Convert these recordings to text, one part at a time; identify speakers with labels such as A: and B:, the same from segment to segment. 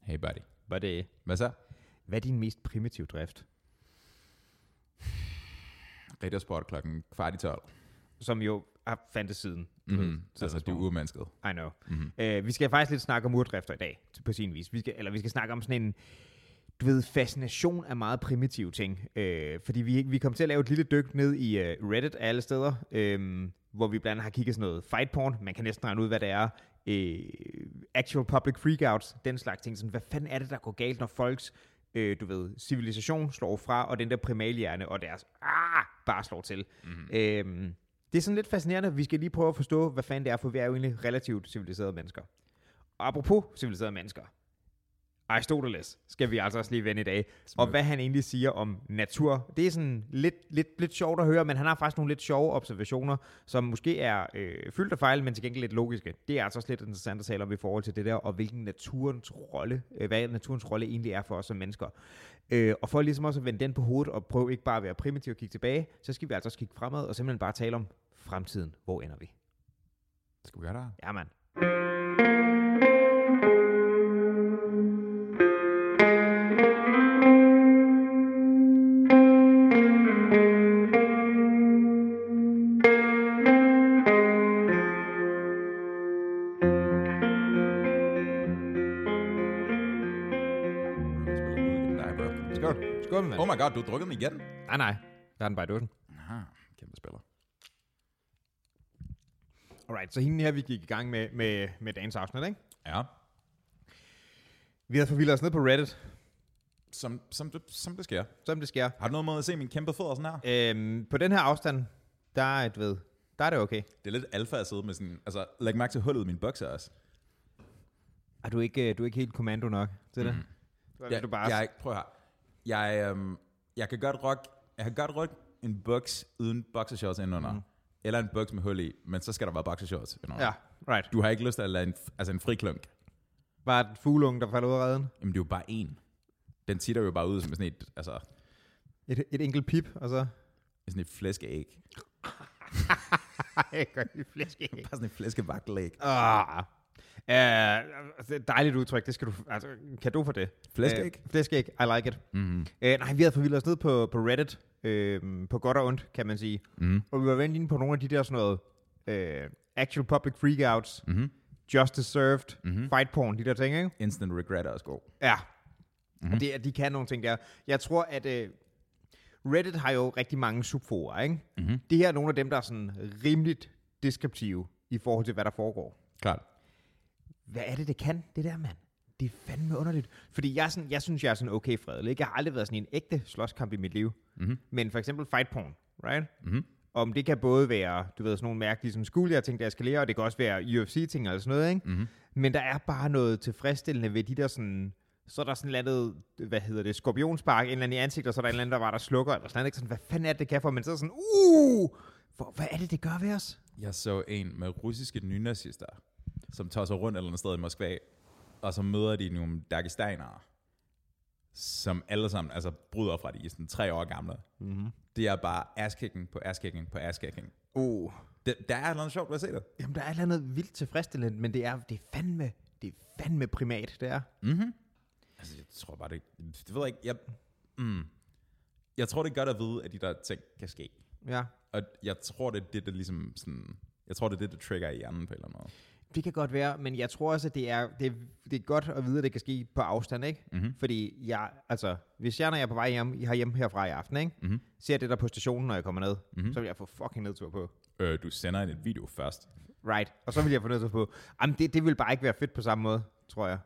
A: Hey buddy.
B: Buddy.
A: Hvad så?
B: Hvad er din mest primitive drift?
A: Riddersport klokken kvart i tolv.
B: Som jo har fandt siden.
A: Mm-hmm. Altså, Mhm. Mhm. det er urmennesket.
B: I know. Mm-hmm. Øh, vi skal faktisk lidt snakke om urdrifter i dag, t- på sin vis. Vi skal, eller vi skal snakke om sådan en, du ved, fascination af meget primitive ting. Øh, fordi vi, vi kom til at lave et lille dyk ned i øh, Reddit af alle steder, øh, hvor vi blandt andet har kigget sådan noget fight porn. Man kan næsten regne ud, hvad det er. Øh, actual public freakouts, den slags ting. Sådan, hvad fanden er det, der går galt, når folks øh, du ved, civilisation slår fra, og den der primalhjerne og deres ah, bare slår til. Mm-hmm. Øhm, det er sådan lidt fascinerende. Vi skal lige prøve at forstå, hvad fanden det er, for vi er jo egentlig relativt civiliserede mennesker. Og apropos civiliserede mennesker, Aristoteles skal vi altså også lige vende i dag, og hvad han egentlig siger om natur. Det er sådan lidt, lidt, lidt sjovt at høre, men han har faktisk nogle lidt sjove observationer, som måske er øh, fyldt af fejl, men til gengæld lidt logiske. Det er altså også lidt interessant at tale om i forhold til det der, og hvilken naturens rolle, øh, hvad naturens rolle egentlig er for os som mennesker. Øh, og for ligesom også at vende den på hovedet, og prøve ikke bare at være primitiv og kigge tilbage, så skal vi altså også kigge fremad, og simpelthen bare tale om fremtiden. Hvor ender vi?
A: Skal vi gøre det?
B: Ja, mand.
A: Mm, Nej, bro.
B: Skål. Skål, mand.
A: Oh my god, du har drukket den igen?
B: Nej, nej. Der er den bare i dåsen.
A: Aha, kæmpe spiller.
B: Alright, så hende her, vi gik i gang med, med, med dagens afsnit, ikke?
A: Ja.
B: Vi havde forvildet os ned på Reddit,
A: Som, som, det, som det sker.
B: som det sker.
A: Har du noget måde at se min kæmpe fødder sådan her?
B: Øhm, på den her afstand, der er, du ved, der er det okay.
A: Det er lidt alfa at sidde med sådan... Altså, læg mærke til hullet i min bukser også.
B: Er du ikke, øh, du er ikke helt kommando nok til det? Mm. Du er,
A: Jeg,
B: du bare,
A: jeg, prøv her. Jeg, øhm, jeg kan godt rock, jeg kan godt rock en buks uden boxershorts indenunder. Mm. Eller en buks med hul i, men så skal der være boxershorts indenunder.
B: Ja, right.
A: Du har ikke lyst til at lade en, altså en friklunk.
B: Bare et fuglunge, der falder ud af redden.
A: Jamen, det er jo bare en. Den titter jo bare ud som sådan et, altså,
B: Et, et enkelt pip, og så...
A: sådan et flæskeæg.
B: Ej, gør de flæske
A: Bare sådan et flæskevagtelæg.
B: Ah. Uh, dejligt udtryk, det skal du, altså, kan du for det?
A: Flæskeæg?
B: Øh, flæskeæg, I like it. Mm-hmm. Øh, nej, vi havde forvildet os ned på, på Reddit, øh, på godt og ondt, kan man sige.
A: Mm.
B: Og vi var vendt inde på nogle af de der sådan noget, øh, actual public freakouts, mm-hmm. justice served, mm-hmm. fight porn, de der ting, ikke?
A: Instant regret er også god.
B: Ja. Mm-hmm. Og det, er- de kan nogle ting der. Jeg tror, at øh, Reddit har jo rigtig mange subfora, ikke? Mm-hmm. Det her er nogle af dem, der er sådan rimeligt deskriptive i forhold til, hvad der foregår.
A: Klart.
B: Hvad er det, det kan, det der, mand? Det er fandme underligt. Fordi jeg, er sådan, jeg synes, jeg er sådan okay fredelig. ikke? Jeg har aldrig været sådan i en ægte slåskamp i mit liv. Mm-hmm. Men for eksempel fight porn, right? Mm-hmm. Om det kan både være, du ved, sådan nogle ligesom mærkelige som skole, jeg tænkte, jeg skal lære, og det kan også være UFC-ting eller sådan noget, ikke? Mm-hmm. Men der er bare noget tilfredsstillende ved de der sådan... Så er der sådan et eller andet, hvad hedder det, skorpionspark, en eller anden i ansigtet, og så er der en eller anden, der var der slukker, eller sådan noget, ikke? Sådan, hvad fanden er det, det kan for? Men så er sådan, uh, hvor, hvad er det, det gør ved os?
A: Jeg så en med russiske nynazister, som tager sig rundt et eller andet sted i Moskva, og så møder de nogle dagestanere, som alle sammen altså, bryder fra de er sådan tre år gamle. Mm-hmm. Det er bare asskicking på asskicking på asskicking.
B: Uh,
A: Det, der er et eller andet sjovt ved at se det.
B: Jamen, der er et eller andet vildt tilfredsstillende, men det er, det er fandme, det er fandme primat, det er.
A: Altså, jeg tror bare, det, det ved jeg ikke. Jeg, mm, jeg tror, det er godt at vide, at de der ting kan ske.
B: Ja.
A: Og jeg tror, det er det, der ligesom sådan... Jeg tror, det er det, der trigger i hjernen på en eller anden måde.
B: Det kan godt være, men jeg tror også, at det er, det, er- det er godt at vide, at det kan ske på afstand, ikke?
A: Mhm.
B: Mm-hmm. Fordi jeg, altså, hvis jeg, når jeg er på vej hjem, jeg har hjem herfra i aften, ikke?
A: Mhm.
B: Mm-hmm. Ser det der på stationen, når jeg kommer ned, mm-hmm. så vil jeg få fucking nedtur på.
A: Øh, du sender en et video først.
B: Right. Og så vil jeg få nedtur på. Jamen, det, det vil bare ikke være fedt på samme måde, tror jeg.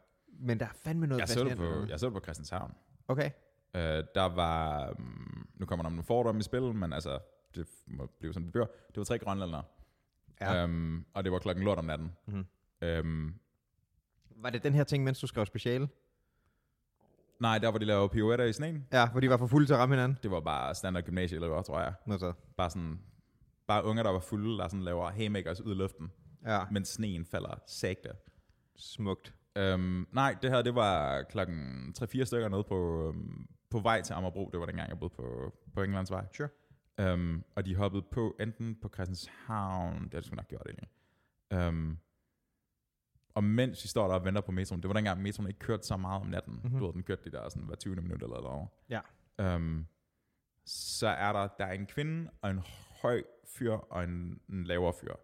B: Men der er fandme noget
A: Jeg så det
B: fascinerende
A: på,
B: ved
A: jeg så det på Christianshavn.
B: Okay.
A: Øh, der var, mm, nu kommer der nogle fordomme i spil, men altså, det må blive sådan, det bliver. Det var tre grønlandere.
B: Ja. Mhm.
A: Øhm, og det var klokken lort om natten. Mm. Øhm,
B: Var det den her ting, mens du skrev speciale?
A: nej, der hvor de lavede pirouetter i sneen,
B: Ja, hvor de var for fulde til at ramme hinanden.
A: det var bare standard gymnasieelever, tror jeg.
B: Nå så.
A: Bare sådan, bare unger, der var fulde, der sådan laver haymakers ud i luften,
B: Ja,
A: mens sneen falder sagte.
B: smukt.
A: Øhm, nej, det her, det var klokken 3-4 stykker nede på, øhm, på vej til Amagerbro. Det var dengang, jeg boede på, på Englandsvej.
B: Sure.
A: Øhm, og de hoppede på enten på Christianshavn, det har de sgu nok gjort egentlig, øhm, Og mens vi står der og venter på metroen, det var dengang metroen ikke kørte så meget om natten. Mm-hmm. Du ved, den kørte de der sådan hver 20. minut eller derovre.
B: Mhm. Ja.
A: Øhm, så er der, der er en kvinde og en høj fyr og en, en lavere fyr.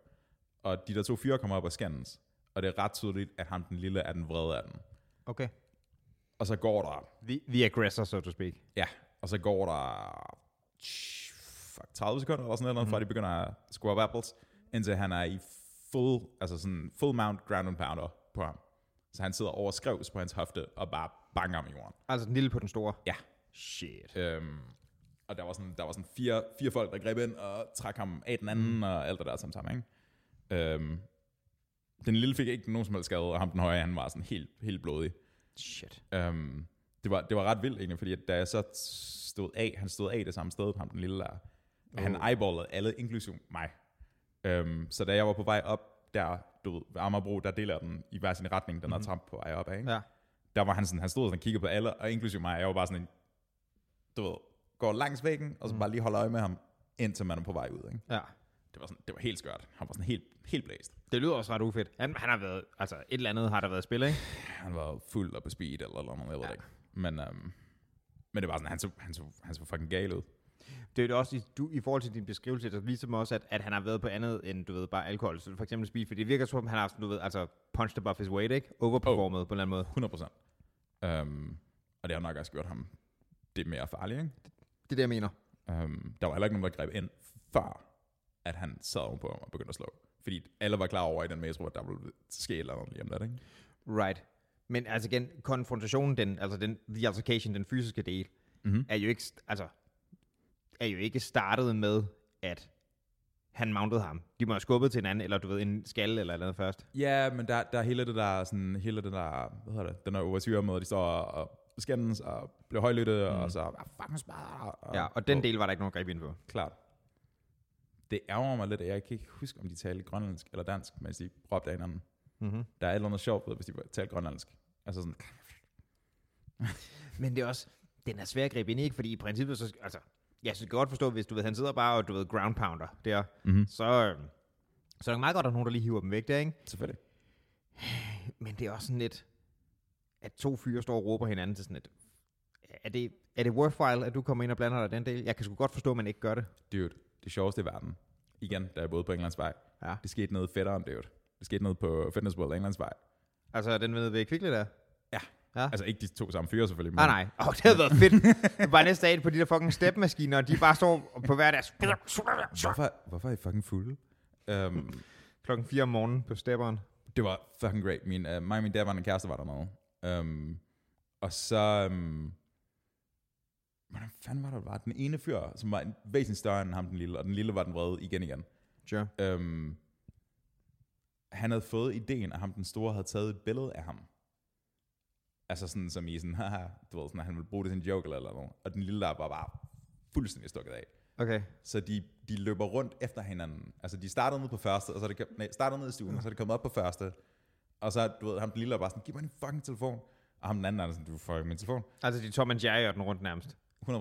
A: Og de der to fyre kommer op og scannes. Og det er ret tydeligt, at ham den lille er den vrede af den.
B: Okay.
A: Og så går der
B: The, the aggressor, so to speak.
A: Ja, og så går der tsh, fuck, 30 sekunder eller sådan noget, mm. fra de begynder at score op apples, indtil han er i full, altså sådan full mount ground and pounder på ham. Så han sidder over skrevs på hans hofte og bare banker ham i jorden.
B: Altså den lille på den store.
A: Ja.
B: Shit.
A: Øhm, og der var sådan, der var sådan fire, fire folk, der greb ind og trak ham af den anden mm. og alt det der sammen sammen. Ikke? Øhm, den lille fik ikke nogen som helst skade, og ham den høje, han var sådan helt, helt blodig.
B: Shit.
A: Øhm, det, var, det var ret vildt egentlig, fordi at da jeg så stod af, han stod af det samme sted, ham den lille der, oh. han eyeballede alle, inklusiv mig. Øhm, så da jeg var på vej op der, du ved, ved Amagerbro, der deler den i hver sin retning, den mm-hmm. der tramp på vej op af, ikke?
B: Ja.
A: der var han sådan, han stod sådan og kiggede på alle, og inklusiv mig, jeg var bare sådan en, du ved, går langs væggen, og så bare lige holder øje med ham, indtil man er på vej ud, ikke?
B: Ja.
A: Det var, sådan, det var helt skørt. Han var sådan helt, helt blæst.
B: Det lyder også ret ufedt. Han, han har været, altså et eller andet har der været spil, ikke?
A: han var fuld og på speed eller noget, jeg ved det
B: Ja.
A: ikke. Men, øhm, men det var sådan, han så, han så, han så fucking gal ud.
B: Det er jo også i, du, i forhold til din beskrivelse, der viser mig også, at, at han har været på andet end, du ved, bare alkohol. Så for eksempel speed, for det virker som om, han har, haft, du ved, altså punched above his weight, ikke? Overperformet oh. på en eller anden måde.
A: 100 procent. Øhm, og det har nok også gjort ham det mere farligt, ikke?
B: Det er det, jeg mener.
A: Øhm, der var heller ikke nogen, der greb ind, før at han sad ovenpå ham og begyndte at slå. Fordi alle var klar over i den metro, at der ville ske et eller andet lige om lidt, ikke?
B: Right. Men altså igen, konfrontationen, den, altså den, the altercation, den fysiske del,
A: Mhm.
B: mm-hmm. er, jo ikke, altså, er jo ikke startet med, at han mountede ham. De må have skubbet til hinanden, eller du ved, en skalle eller noget først.
A: Ja, men der, der er hele det der, sådan, hele det der, hvad hedder det, den der overtyre med, at de står og, og skændes og bliver højlyttet, mm. og så, ah, fucking spare. og-
B: Ja, og den del var der ikke nogen greb ind på.
A: Klart. Det ærger mig lidt, at jeg kan ikke huske, om de talte grønlandsk eller dansk, mens de råbte af hinanden.
B: Mm-hmm.
A: Der er et eller andet sjovt ved, hvis de talte grønlandsk. Altså sådan,
B: Men det er også, den er svær at gribe ind i, ikke? Fordi i princippet, så, altså, jeg synes godt forstå, hvis du ved, han sidder bare og du ved, ground pounder der,
A: Mhm.
B: så, øh, så er det meget godt, at der er nogen, der lige hiver dem væk der, ikke?
A: selvfølgelig.
B: Men det er også sådan lidt, at to fyre står og råber hinanden til sådan et, er det, er det worthwhile, at du kommer ind og blander dig i den del? Jeg kan sgu godt forstå, at man ikke gør det.
A: Dude, det sjoveste i verden. Igen, da jeg boede på Englandsvej.
B: Ja.
A: Det skete noget fedtere om dude. Det skete noget på Fitness World Englandsvej.
B: Altså, den ved ved kvikle der.
A: Ja.
B: Ja.
A: Altså ikke de to samme fyre selvfølgelig.
B: Ah, nej. Åh, oh, det havde været fedt. bare næste dag på de der fucking stepmaskiner, og de bare står på hver deres
A: Hvorfor, hvorfor er I fucking fulde? Um,
B: klokken 4 om morgenen på stepperen.
A: det var fucking great. Min, uh, mig og min daværende kæreste var der med. Um, og så... Um, hvordan fanden var det, det var? Den ene fyr, som var en- væsentligt større end ham den lille, og den lille var den vrede igen igen.
B: Sure.
A: Um, han havde fået ideen, at ham den store havde taget et billede af ham. Altså sådan som i sådan, haha, du ved, sådan, at han ville bruge det til en joke eller, eller noget. Og den lille der var bare fuldstændig stukket af.
B: Okay.
A: Så de, de løber rundt efter hinanden. Altså, de startede ned på første, og så er det kom, nej, startede ned i stuen, og så er det kommet op på første. Og så, du ved, ham den lille er bare sådan, giv mig din fucking telefon. Og ham den anden er sådan, du får ikke min telefon.
B: Altså, de Tom and Jerry og den rundt nærmest.
A: 100%.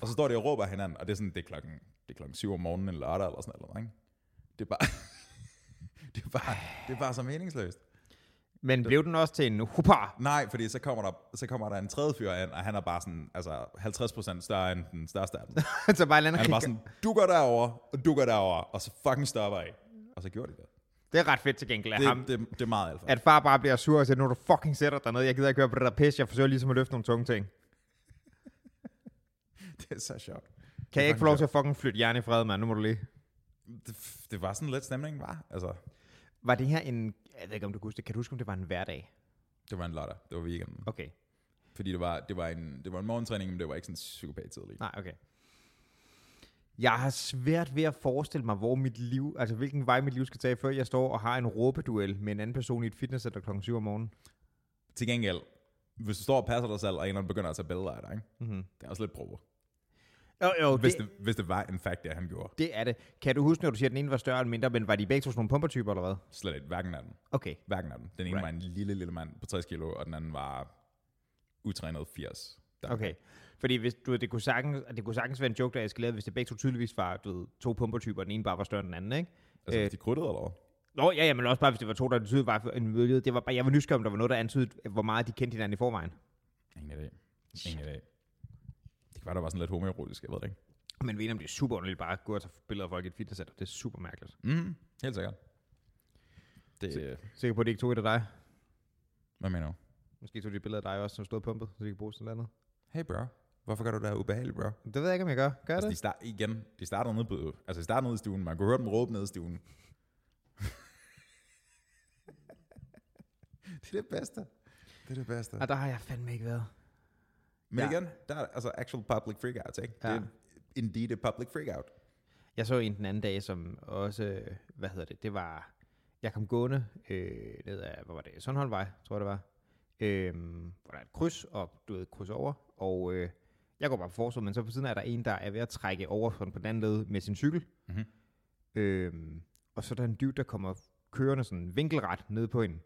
A: Og så står de og råber af hinanden, og det er sådan, det er klokken, det er klokken 7 om morgenen eller lørdag eller sådan eller noget, ikke? Det er bare, det er bare, det er bare så meningsløst.
B: Men blev den også til en huppa?
A: Nej, fordi så kommer, der, så kommer der en tredje fyr ind, og han er bare sådan, altså 50% større end den største af dem.
B: så Altså, bare en anden
A: Han er bare sådan, du går derover og du går derover og så fucking stopper I. Og så gjorde de det.
B: Det er ret fedt til gengæld af ham.
A: Det, det, det er meget alfa.
B: At far bare bliver sur og siger, når du fucking sætter dig ned, jeg gider ikke høre på det der pis, jeg forsøger ligesom at løfte nogle tunge ting.
A: Det er så sjovt.
B: Kan jeg ikke få lov til at fucking flytte jern i fred, mand? Nu må du lige.
A: Det, det var sådan lidt stemningen var. Altså,
B: Var det her en... Jeg ved ikke, om du kan huske det. Kan du huske, om det var en hverdag?
A: det var en lørdag. Det var weekenden.
B: Okay.
A: Fordi det var, det var, en, det var en morgentræning, men det var ikke sådan psykopat tidligt.
B: Nej, okay. Jeg har svært ved at forestille mig, hvor mit liv, altså hvilken vej mit liv skal tage, før jeg står og har en råbeduel med en anden person i et fitnesscenter klokken 7 om morgenen.
A: Til gengæld, hvis du står og passer dig selv, og en eller anden begynder at tage billeder af dig, ikke? Mm-hmm.
B: Mhm.
A: det er også lidt provo.
B: Jo, jo,
A: Hvis det, hvis det var en fact, det han gjorde.
B: det er det. Kan du huske, når du siger, at den ene var større end mindre, men var de begge to sådan nogle pumpertyper, eller hvad?
A: Slet ikke. Hverken af dem.
B: Okay.
A: Hverken af dem. Den ene
B: Right.
A: right. var en lille, lille mand på 60 kilo, og den anden var utrænet 80. Der.
B: Okay. Fordi hvis, du, ved, det, kunne sagtens, det kunne sagtens være en joke, der eskalerede, hvis det begge to tydeligvis var du ved, to pumpertyper, og den ene bare var større end den anden, ikke?
A: Altså,
B: Øh.
A: øh. de krydtede eller hvad?
B: Nå, ja, ja, men også bare, hvis det var to, der antydede, var en mulighed. Det var bare, jeg var nysgerrig, om der var noget, der antydede, hvor meget de kendte hinanden i forvejen.
A: Ingen idé. Ingen idé. Det kan være, der var sådan lidt homoerotisk, jeg ved det ikke.
B: Men ved om det er super underligt bare at gå og tage billeder af folk i et fitnesscenter. Det er super mærkeligt.
A: Mm, helt sikkert. Det, øh,
B: Sikker på, at det ikke tog et af dig?
A: hvad mener du?
B: Måske tog de et billede af dig også, som stod pumpet, så de kan bruges til noget andet.
A: Hey bro, hvorfor gør du det her ubehageligt, bro?
B: Det ved jeg ikke, om jeg gør. Gør
A: Altså, de
B: det?
A: start, igen, de startede nede, på, altså, de startede nede i stuen. Man kunne høre dem råbe nede i stuen. det er det bedste. Det er det bedste.
B: Og der har jeg fandme ikke været.
A: Men
B: Ja.
A: ja. igen, der er altså actual public freakouts, ikke?
B: Ja.
A: Det er indeed a public freakout.
B: Jeg så en den anden dag, som også, øh, hvad hedder det, det var, jeg kom gående øh, ned ad, hvor var det, Sundholmvej, tror jeg det var, øh, hvor der er et kryds, og du ved, et kryds over, og øh, jeg går bare på forsøg, men så på siden er der en, der er ved at trække over sådan på den anden led med sin cykel,
A: Mhm.
B: øh, og så er der en dyb, der kommer kørende sådan vinkelret ned på hende,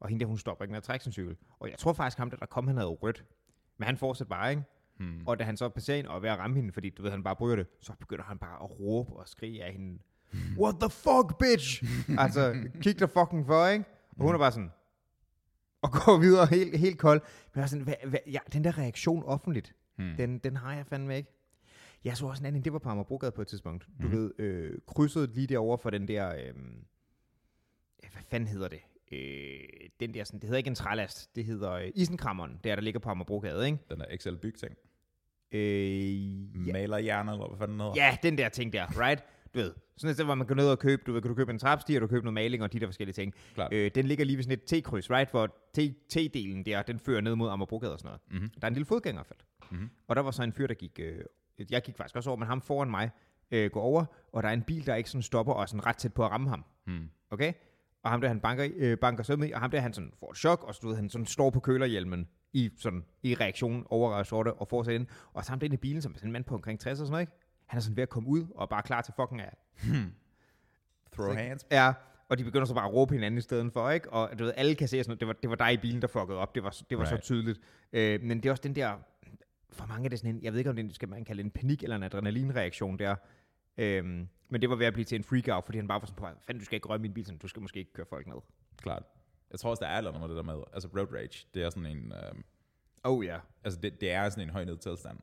B: og hende der, hun stopper ikke med at trække sin cykel, og jeg tror faktisk ham, der, der kom, han havde rødt, men han fortsatte bare, ikke?
A: Hmm.
B: Og da han så passerer ind og er ved at ramme hende, fordi du ved, han bare bryder det, så begynder han bare at råbe og skrige af hende. What the fuck, bitch? altså, kig dig fucking for, ikke? Og hun er bare sådan, og går videre helt, helt kold. Men jeg er sådan, hvad, hvad, ja, den der reaktion offentligt,
A: Hmm.
B: den, den har jeg fandme ikke. Jeg så også en anden, det var på Amagerbrogade på et tidspunkt. Du ved, øh, krydset lige derovre for den der, øh, hvad fanden hedder det? Øh, den der sådan, det hedder ikke en trælast, det hedder øh, isenkrammeren, der der ligger på Amagerbrogade, ikke?
A: Den der XL Byg-ting.
B: Øh,
A: Ja. Malerhjerne, eller hvad fanden den hedder.
B: Ja, den der ting der, right? Du ved, sådan et sted, hvor man går ned og købe, du ved, kan du købe en trapstiger, du kan købe noget maling og de der forskellige ting.
A: Klart.
B: Øh, den ligger lige ved sådan et T-kryds, right? Hvor T- T-delen der, den fører ned mod Amagerbrogade og sådan noget.
A: Mhm.
B: Der er en lille fodgængerfelt.
A: Mhm.
B: Og der var så en fyr, der gik, øh, jeg gik faktisk også over, men ham foran mig øh, går over, og der er en bil, der ikke sådan stopper og er sådan ret tæt på at ramme ham.
A: Hmm.
B: Okay? Og ham der, han banker, i- øh, banker sømmet i, og ham der, han sådan får et chok, og så, du ved, han sådan står på kølerhjelmen i, sådan, i reaktionen over sorte og får sig ind. Og så ham der inde i bilen, som er sådan en mand på omkring 60 og sådan noget, ikke? Han er sådan ved at komme ud og er bare klar til fucking at...
A: Throw hands.
B: Ja, og de begynder så bare at råbe hinanden i stedet for, ikke? Og du ved, alle kan se sådan noget. Det var, det var dig i bilen, der fuckede op. Det var, det var right.
A: Right.
B: så tydeligt. Øh, men det er også den der... For mange er det sådan en... Jeg ved ikke, om det skal man kalde en panik eller en adrenalinreaktion der. Øhm, men det var ved at blive til en freak-out, fordi han bare var sådan på vej, fanden, du skal ikke røre min bil, sådan, du skal måske ikke køre folk ned.
A: Klart. Jeg tror også, der er et eller andet med det der med, altså road rage, det er sådan en, øh,
B: Oh ja.
A: altså det, det er sådan en høj nedtilstand.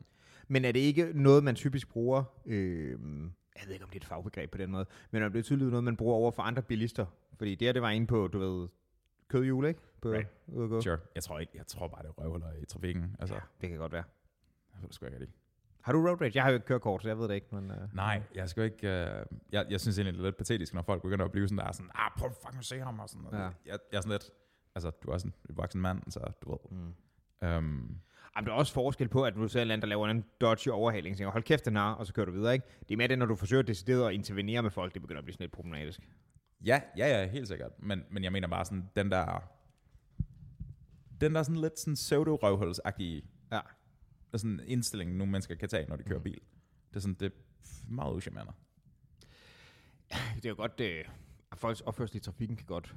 B: Men er det ikke noget, man typisk bruger, øh, jeg ved ikke, om det er et fagbegreb på den måde, men om det er tydeligt noget, man bruger over for andre bilister? Fordi det her, det var inde på, du ved, kødhjul, ikke? På,
A: Right.
B: ude at gå.
A: Sure. Jeg tror, ikke, jeg tror bare, det er røvhuller i trafikken. Altså,
B: Ja, det kan godt være.
A: jeg ved det sgu ikke rigtigt.
B: Har du road rage? Jeg har jo ikke kørekort, så jeg ved det ikke, men... Øh,
A: Nej, jeg skal ikke... Øh, jeg, jeg synes egentlig, det er lidt patetisk, når folk begynder at blive sådan der, sådan, ah, prøv at fucking se ham, og sådan
B: Ja.
A: ja. jeg, jeg er sådan lidt... Altså, du er også en voksen mand, så du ved...
B: Mm.
A: Øhm,
B: Jamen, der er også forskel på, at du ser en eller anden, der laver en dodgy overhaling, så tænker, hold kæft, den har, og så kører du videre, ikke? Det er mere det, når du forsøger decideret at intervenere med folk, det begynder at blive sådan lidt problematisk.
A: ja, ja, ja, helt sikkert. Men, men jeg mener bare sådan, den der... Den der sådan lidt sådan pseudo-røvhulsagtige
B: Ja. Mm.
A: sådan indstilling, nogle mennesker kan tage, når de kører bil. Det er sådan, det er meget uschammerende.
B: Det er jo godt, øh, at folks opførsel i trafikken kan godt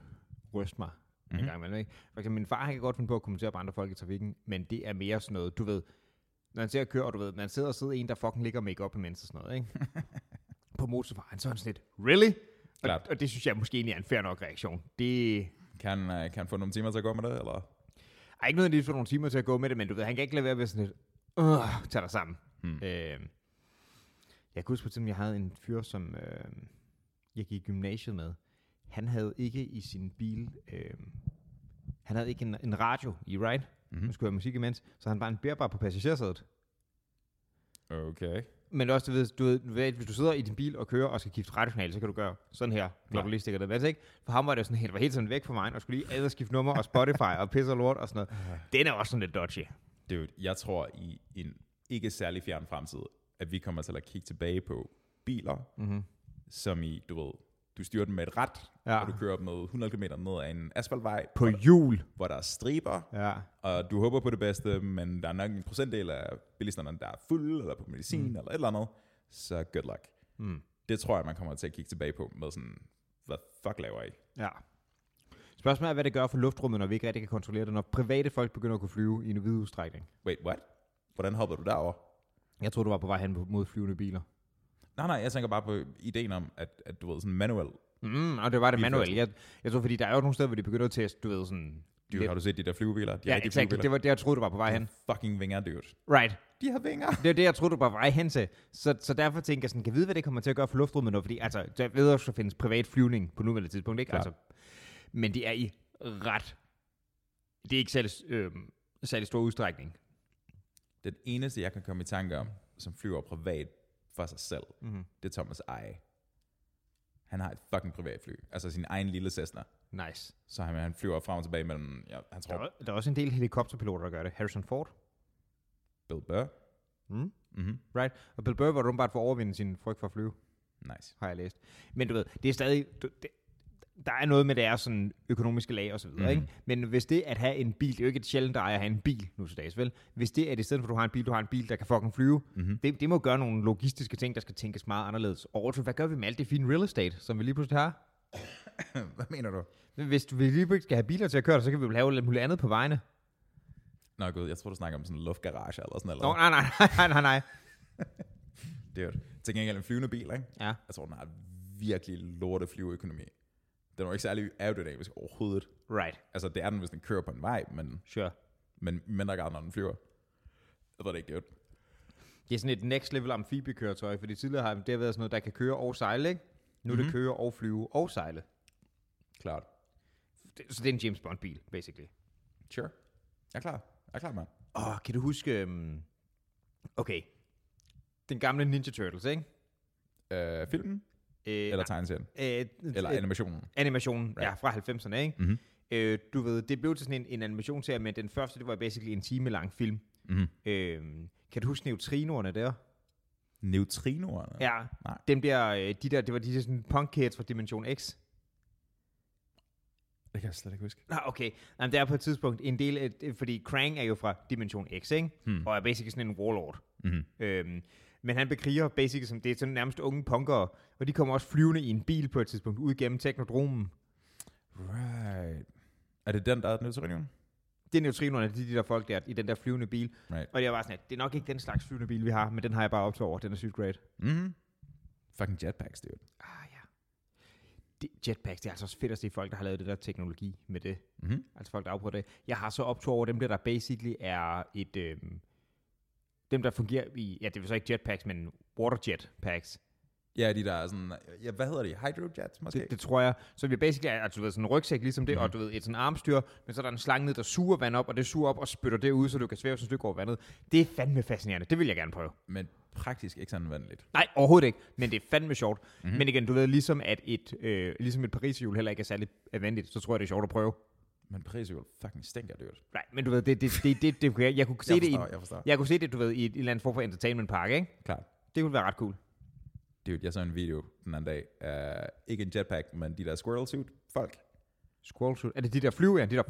B: ryste mig mm-hmm. en
A: Mhm.
B: gang imellem. Ikke? For eksempel min far, han kan godt finde på at kommentere på andre folk i trafikken, men det er mere sådan noget, du ved, når han ser at køre, og du ved, man sidder og sidder en, der fucking ligger make op imens og sådan noget, ikke? på motorvejen, så er han sådan lidt, really? Og,
A: Klart.
B: og, det synes jeg måske egentlig er en fair nok reaktion. Det,
A: Kan, øh, kan han få nogle timer til at gå med det, eller?
B: er ikke nødvendigvis for nogle timer til at gå med det, men du ved, han kan ikke lade være med sådan lidt, øh, tag dig sammen. Hmm.
A: Hmm.
B: Øh, jeg kan huske på tiden, jeg havde en fyr, som øh, jeg gik i gymnasiet med. Han havde ikke i sin bil, øh, han havde ikke en, en radio i, right?
A: Mm-hmm.
B: Nu skulle jeg have musik imens, så han var en bærbar på passagersædet.
A: Okay.
B: Men også, du ved, du ved, du ved, hvis du sidder i din bil og kører og skal skifte radiokanal, så kan du gøre sådan her, når
A: Ja.
B: du lige stikker det med, ikke? For ham var det jo sådan helt, var helt sådan væk fra mig, og skulle lige ad og skifte nummer og Spotify og pisse og lort og sådan noget. Den er også sådan lidt dodgy.
A: Dude, jeg tror i en ikke særlig fjern fremtid, at vi kommer til at kigge tilbage på biler,
B: Mm-hmm.
A: som i, du ved, du styrer dem med et ret,
B: Ja.
A: ja. og du kører med 100 km ned ad en asfaltvej,
B: På
A: hvor,
B: jul.
A: hvor der er striber,
B: Ja.
A: og du håber på det bedste, men der er nok en procentdel af bilisterne, der er fulde, eller på medicin, mm. eller et eller andet, så good luck.
B: Mm.
A: Det tror jeg, man kommer til at kigge tilbage på med sådan, hvad fuck laver I?
B: ja. Spørgsmålet er, hvad det gør for luftrummet, når vi ikke rigtig kan kontrollere det, når private folk begynder at kunne flyve i en vid udstrækning.
A: Wait, what? Hvordan hoppede du derover?
B: Jeg tror du var på vej hen mod flyvende biler.
A: Nej, nej, jeg tænker bare på ideen om, at, at du ved, sådan manuel
B: Mm, og det var det
A: Lige
B: manuelt.
A: først.
B: Jeg, jeg tror, fordi der er jo nogle steder, hvor de begynder at teste, du ved sådan...
A: Dude,
B: lidt-
A: har du set de der flyvebiler? De
B: ja,
A: rigtige
B: exakt. Det
A: flyvebiler.
B: var det, jeg troede, du var på vej hen.
A: Fucking vinger, dude.
B: Right.
A: De har vinger.
B: Det er det, jeg troede, du var på vej hen til. Så, så derfor tænker jeg sådan, kan jeg vide, hvad det kommer til at gøre for luftrummet nu? Fordi altså, der ved også, at findes privat flyvning på nuværende tidspunkt, ikke?
A: Klart.
B: Altså, men det er i ret... Det er ikke særlig, øh, særlig stor udstrækning.
A: Den eneste, jeg kan komme i tanke om, som flyver privat for sig selv,
B: Mm-hmm.
A: det er Thomas Eje. Han har et fucking privatfly. Altså sin egen lille Cessna.
B: Nice.
A: Så han, han flyver frem og tilbage mellem, ja, han
B: Der
A: tror,
B: er, der er også en del helikopterpiloter, der gør det. Harrison Ford.
A: Bill Burr.
B: Mm.
A: Mm-hmm.
B: Og Bill Burr var rumbart for at overvinde sin frygt for at flyve.
A: Nice.
B: har jeg læst. Men du ved, det er stadig... Du, det, der er noget med deres sådan, økonomiske lag og så videre,
A: Mhm.
B: mm. ikke? Men hvis det at have en bil, det er jo ikke et sjældent ejer at have en bil nu til dags, vel? Hvis det er, at i stedet for, at du har en bil, du har en bil, der kan fucking flyve,
A: Mm-hmm.
B: det, det må gøre nogle logistiske ting, der skal tænkes meget anderledes. Og Otto, hvad gør vi med alt det fine real estate, som vi lige pludselig har?
A: Hvad mener du?
B: Hvis du- vi lige pludselig skal have biler til at køre, så kan vi vel have lidt muligt andet på vejene.
A: Nå gud, jeg tror, du snakker om sådan en luftgarage eller sådan
B: Nå,
A: noget.
B: nej, nej, nej, nej, nej.
A: Det er jo til gengæld en flyvende bil, ikke?
B: Ja.
A: Jeg tror, den har virkelig lorte flyveøkonomi. Den er jo ikke særlig aerodynamisk overhovedet.
B: Right,
A: Altså, det er den, hvis den kører på en vej, men,
B: sure.
A: men i mindre grad, når den flyver. Jeg ved det ikke, det er jo-
B: Det er sådan et next level amfibiekøretøj, fordi tidligere har det været sådan noget, der kan køre og sejle, ikke? Nu mm-hmm. det
A: Mhm.
B: køre og flyve og sejle.
A: klart.
B: Det- Så det er en James Bond-bil, basically.
A: Sure. Jeg er klar. Jeg er klar, mand.
B: Åh, kan du huske... Um, okay. Den gamle Ninja Turtles, ikke?
A: Øh, filmen?
B: Øh,
A: Eller tegneserien?
B: øh,
A: Eller
B: øh,
A: animationen?
B: animationen, right. ja,
A: Right.
B: fra 90'erne, ikke?
A: Mhm.
B: Øh, du ved, det blev til sådan en, en animationsserie, men den første, det var basically en time lang film.
A: Mm-hmm.
B: Øh, kan du huske neutrinoerne der?
A: Neutrinoerne?
B: Ja.
A: Nej.
B: Dem der, øh, de der, det var de der sådan punk kids fra Dimension X.
A: Det kan jeg slet ikke huske.
B: Nå, okay. Jamen, det er på et tidspunkt en del af, det- fordi Krang er jo fra Dimension X, ikke?
A: Hmm.
B: Og er basically sådan en warlord.
A: Mm-hmm.
B: Øhm, men han bekriger basic, som det er sådan nærmest unge punkere, og de kommer også flyvende i en bil på et tidspunkt ud gennem teknodromen.
A: Right. Er det den, der er neutrinoen?
B: Det er neutrinoerne, de, de der folk der i den der flyvende bil.
A: Right.
B: Og jeg var sådan, at det er nok ikke den slags flyvende bil, vi har, men den har jeg bare optaget over. Den er sygt great.
A: Mm-hmm.
B: Mhm.
A: Fucking jetpacks, dude.
B: Ah, ja. Det, jetpacks, det er altså også fedt at se folk, der har lavet det der teknologi med det.
A: Mm-hmm.
B: Altså folk, der afprøver det. Jeg har så optog over dem der, der basically er et... Øhm, dem, der fungerer i... Ja, det er så ikke jetpacks, men waterjetpacks.
A: Ja, de der er sådan... Ja, hvad hedder de? Hydrojets, måske?
B: Det, det tror jeg. Så vi basically er, altså, du ved, sådan en rygsæk ligesom det,
A: Mhm.
B: mm. og du ved, et sådan armstyr, men så er der en slange ned, der suger vand op, og det suger op og spytter det ud, så du kan svæve sådan et stykke over vandet. Det er fandme fascinerende. Det vil jeg gerne prøve.
A: Men praktisk ikke sådan vanligt.
B: Nej, overhovedet ikke, men det er fandme sjovt.
A: Mhm.
B: Mm-hmm. Men igen, du ved, ligesom at et, øh, ligesom et pariserhjul heller ikke er særlig vanligt, så tror jeg, det er sjovt at prøve.
A: Men Parisjul fucking stinker, dude.
B: Nej, men du ved, det, det, det, det, det kunne jeg, jeg kunne se
A: jeg
B: det i,
A: forstår, jeg forstår.
B: jeg kunne se det, du ved, i et, et eller andet form for entertainment park, ikke?
A: Klart.
B: Det kunne være ret cool.
A: Dude, jeg så en video den anden dag. af ikke en jetpack, men de der squirrel suit folk.
B: Squirrel suit. Er det de der flyver, ja? De der...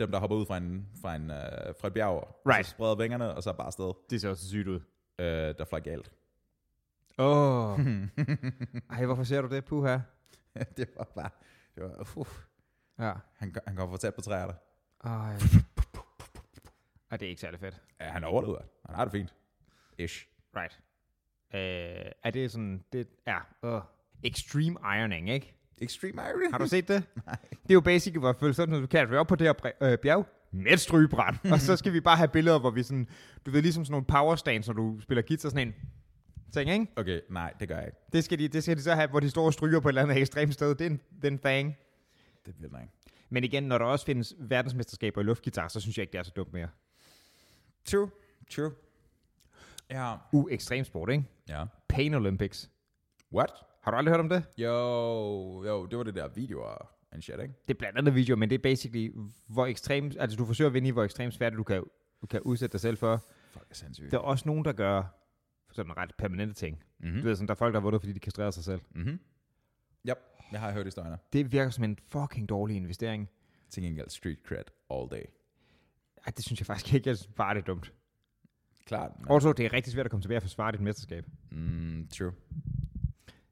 A: Dem, der hopper ud fra, en, fra, en, uh, fra et bjerg, og
B: Right.
A: så spreder vingerne, og så bare afsted.
B: Det ser også sygt ud.
A: Uh, der fløj galt.
B: Åh. Oh. Ej, hvorfor ser du det, puha?
A: det var bare... Det var, uh,
B: Ja.
A: han, han kom for tæt på træerne.
B: Ej. Ej, det er ikke særlig fedt.
A: Ja, han overlevede. Han har det fint. Ish.
B: Right. Øh, er det sådan, det er, uh, extreme ironing, ikke?
A: Extreme irony.
B: Har du set det? Nej. Det er jo basic i hvert fald sådan, at du kan være op på det her bre- øh, bjerg med et strygebræt. og så skal vi bare have billeder, hvor vi sådan, du ved, ligesom sådan nogle power stands, når du spiller guitar, sådan en ting, ikke?
A: Okay, nej, det gør jeg ikke.
B: Det skal de, det skal de så have, hvor de står og stryger på et eller andet ekstremt sted. Det er en, den thing.
A: Det vil jeg ikke.
B: Men igen, når der også findes verdensmesterskaber i luftgitar, så synes jeg ikke, det er så dumt mere.
A: True. True. Ja.
B: U ekstremsport, ikke?
A: Ja.
B: Pain Olympics.
A: What?
B: Har du aldrig hørt om det?
A: Jo, jo, det var det der videoer and shit, ikke?
B: det er blandt andet video, men det er basically, hvor ekstrem, altså du forsøger at vinde i, hvor ekstremt svært du kan, du kan udsætte dig selv for.
A: Fuck, det er sindssygt.
B: Der er også nogen, der gør sådan ret permanente ting. Mm.
A: Mm-hmm.
B: Du ved, sådan, der er folk, der har vundet, fordi de kastrerer sig selv.
A: Mm-hmm. Yep, jeg har hørt historierne.
B: Det virker som en fucking dårlig investering.
A: Til gengæld street cred all day.
B: Ej, det synes jeg faktisk ikke, jeg synes bare, det er dumt.
A: Klart.
B: Ja. Also, det er rigtig svært at komme tilbage og forsvare dit mesterskab.
A: Mm, true.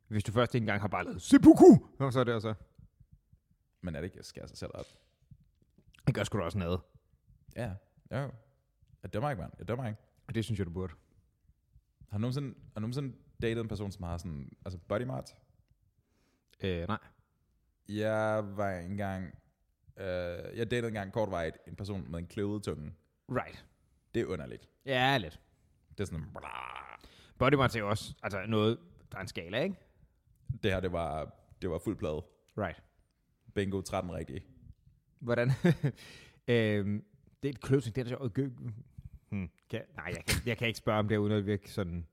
B: Hvis du først ikke engang har bare lavet seppuku, Nå, så er det altså. også.
A: Men er det ikke at skære sig selv op?
B: Det gør sgu da også noget.
A: Ja, jo. Jeg dømmer ikke, mand. Jeg dømmer ikke.
B: Og det synes jeg, du burde.
A: Har du nogensinde, har du nogensinde datet en person, som har sådan, altså body mart?
B: Øh, nej.
A: Jeg var engang... Øh, jeg datede engang kortvarigt en person med en kløvet tunge.
B: Right.
A: Det er underligt.
B: Ja, lidt.
A: Det er sådan... Blah.
B: Body Mart er jo også altså noget, der er en skala, ikke?
A: Det her, det var, det var fuld plade.
B: Right.
A: Bingo 13 rigtig.
B: Hvordan? øhm, det er et kløsning, det er der så... Hmm. Kan, nej, jeg kan, jeg kan ikke spørge om det, uden at virke sådan...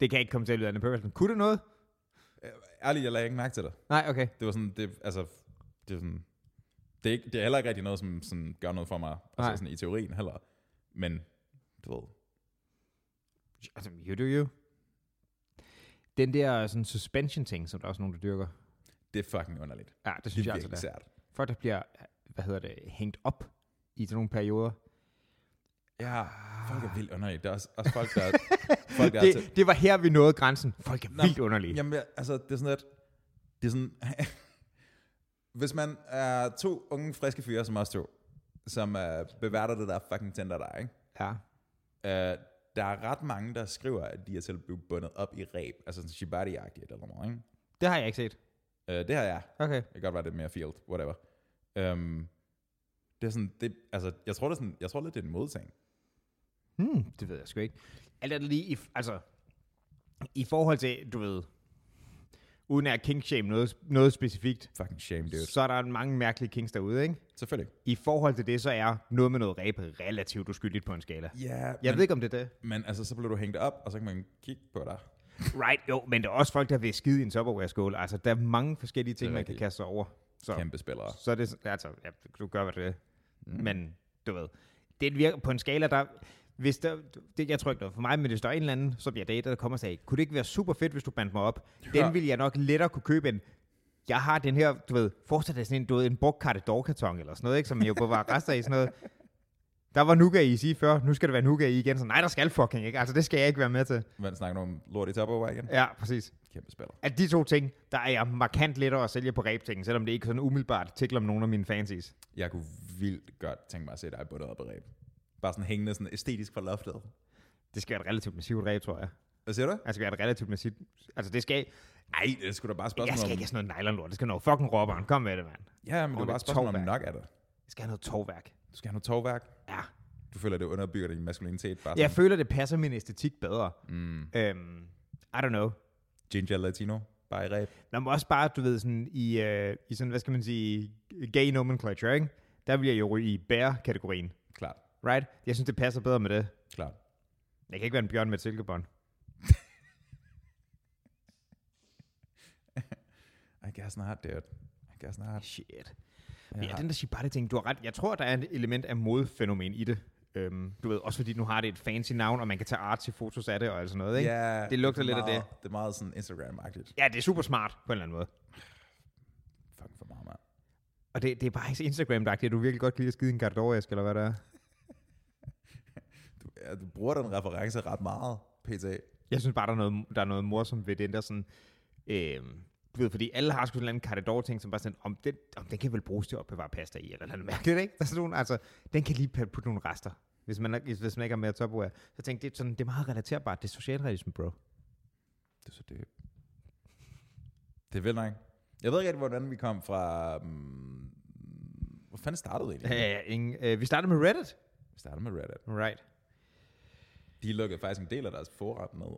B: Det kan jeg ikke komme til at lyde andet purpose. Kunne det noget?
A: Ærligt, jeg lagde ikke mærke til det.
B: Nej, okay.
A: Det var sådan... Det, altså, det er sådan... Det er, ikke, det er heller ikke rigtig noget, som sådan, gør noget for mig.
B: Nej.
A: Altså sådan i teorien heller. Men, du ved...
B: Altså, you do you. Den der sådan suspension-ting, som der er også nogen, der dyrker.
A: Det er fucking underligt.
B: Ja, det synes
A: Det er
B: jeg altså,
A: virkelig
B: det er.
A: sært.
B: Folk, der bliver, hvad hedder det, hængt op i sådan nogle perioder.
A: Ja, folk er vildt underligt. Der er også, også folk, der... folk, der er til-
B: det, det var her, vi nåede grænsen. Folk er
A: Nå,
B: vildt underlige.
A: Jamen, jeg- altså, det er sådan, at... Det er sådan... hvis man er to unge, friske fyre, som os to, som uh, beværter det der fucking Tinder der, ikke?
B: Ja.
A: Uh, der er ret mange, der skriver, at de er til at blive bundet op i ræb. Altså sådan shibari-agtigt eller noget, ikke?
B: Det har jeg ikke set.
A: Uh, det har jeg.
B: Okay.
A: Det kan godt være lidt mere field, whatever. Um, det er sådan, det, altså, jeg tror, det er sådan, jeg tror lidt, det er en modtagning.
B: Hmm, det ved jeg sgu ikke. Alt andet lige, i, altså, i forhold til, du ved, uden at kinkshame noget, noget specifikt,
A: Fucking shame, dude.
B: så er der mange mærkelige kinks derude, ikke?
A: Selvfølgelig.
B: I forhold til det, så er noget med noget ræbe relativt uskyldigt på en skala.
A: Ja, yeah,
B: Jeg
A: men,
B: ved ikke, om det er det.
A: men altså, så bliver du hængt op, og så kan man kigge på dig.
B: Right, jo, men der er også folk, der vil skide i en Tupperware-skål. Altså, der er mange forskellige
A: Det
B: ting,
A: er
B: man kan
A: rigtigt.
B: kaste sig over. Så,
A: Kæmpe spillere.
B: så er det, s- altså, ja, du gør, hvad det er. Mm. Men, du ved, det virker på en skala, der... Hvis der, det, jeg tror ikke noget for mig, men hvis der er en eller anden, som jeg dater, der kommer og sagde, kunne det ikke være super fedt, hvis du bandt mig op?
A: Hør.
B: Den ville jeg nok lettere kunne købe end, jeg har den her, du ved, forestil dig sådan en, du ved, en brugt kartedorkarton eller sådan noget, ikke, som jo bare var rester i sådan noget. Der var nougat i sige før, nu skal der være nougat i igen. Så nej, der skal fucking ikke. Altså, det skal jeg ikke være med til.
A: Man snakker om lort i Tupperware igen.
B: Ja, præcis
A: Kæmpe spiller.
B: at de to ting, der er jeg markant lettere at sælge på ræbtingen, selvom det ikke sådan umiddelbart tikler om nogle af mine fancies.
A: Jeg kunne vildt godt tænke mig at se dig bundet op i ræb. Bare sådan hængende sådan æstetisk fra loftet.
B: Det skal være et relativt massivt ræb, tror jeg.
A: Hvad siger du?
B: Altså, det skal være et relativt massivt... Altså, det skal...
A: Nej, det skulle da bare et
B: Jeg
A: spørgsmål
B: skal
A: om...
B: ikke have sådan noget nylonlort. Det skal noget fucking råberen. Kom med det, mand.
A: Ja, men det er
B: Ordentligt
A: bare et spørgsmål om
B: tovværk.
A: nok af det.
B: Jeg skal have noget tovværk.
A: Du skal have noget tovværk.
B: Ja.
A: Du føler, det underbygger din maskulinitet. Bare
B: Jeg
A: sådan,
B: føler, det passer min æstetik bedre.
A: mm,
B: Øhm, I don't know.
A: ginger latino, bare i ræb.
B: Nå, men også bare, du ved, sådan i, øh, i sådan, hvad skal man sige, gay nomenclature, ikke? Der vil jeg jo ryge i bær-kategorien,
A: Klart,
B: right? Jeg synes, det passer bedre med det.
A: klart.
B: Jeg kan ikke være en bjørn med et silkebånd.
A: I guess not, dude. I guess not.
B: Shit.
A: Ja.
B: Ja. ja, den der Shibata-ting, du har ret. Jeg tror, der er et element af modefænomen i det. Øhm, du ved, også fordi nu har det et fancy navn, og man kan tage art til fotos af det og alt sådan noget, ikke?
A: Ja,
B: Det lugter
A: er
B: lidt af
A: meget- Det er meget sådan Instagram-agtigt.
B: ja, det er super smart på en eller anden måde.
A: Fucking for meget, mand.
B: Og det, det er bare ikke så instagram at du virkelig godt kan lide at skide i en garderobeæske, eller hvad det er.
A: Du, ja, du bruger den reference ret meget, pt.
B: Jeg synes bare, der er noget, der er noget morsomt ved den der sådan... Øhm, du ved, fordi alle har sgu sådan en eller ting som bare sådan, om den, om den kan vel bruges til at opbevare pasta i, eller noget mærkeligt, ikke? Der er sådan nogle, altså, den kan lige putte nogle rester, hvis man, er- hvis man ikke har mere topwear. Så tænkte jeg, det, er sådan, det er meget relaterbart, det er socialrealisme, bro.
A: Det er så det. Det er vel nok. Jeg ved ikke rigtig, hvordan vi kom fra... Um, hvor fanden startede det egentlig?
B: Ja, ingen, øh, vi starter med Reddit.
A: Vi startede med Reddit.
B: Right.
A: De lukkede faktisk en del af deres forret ned.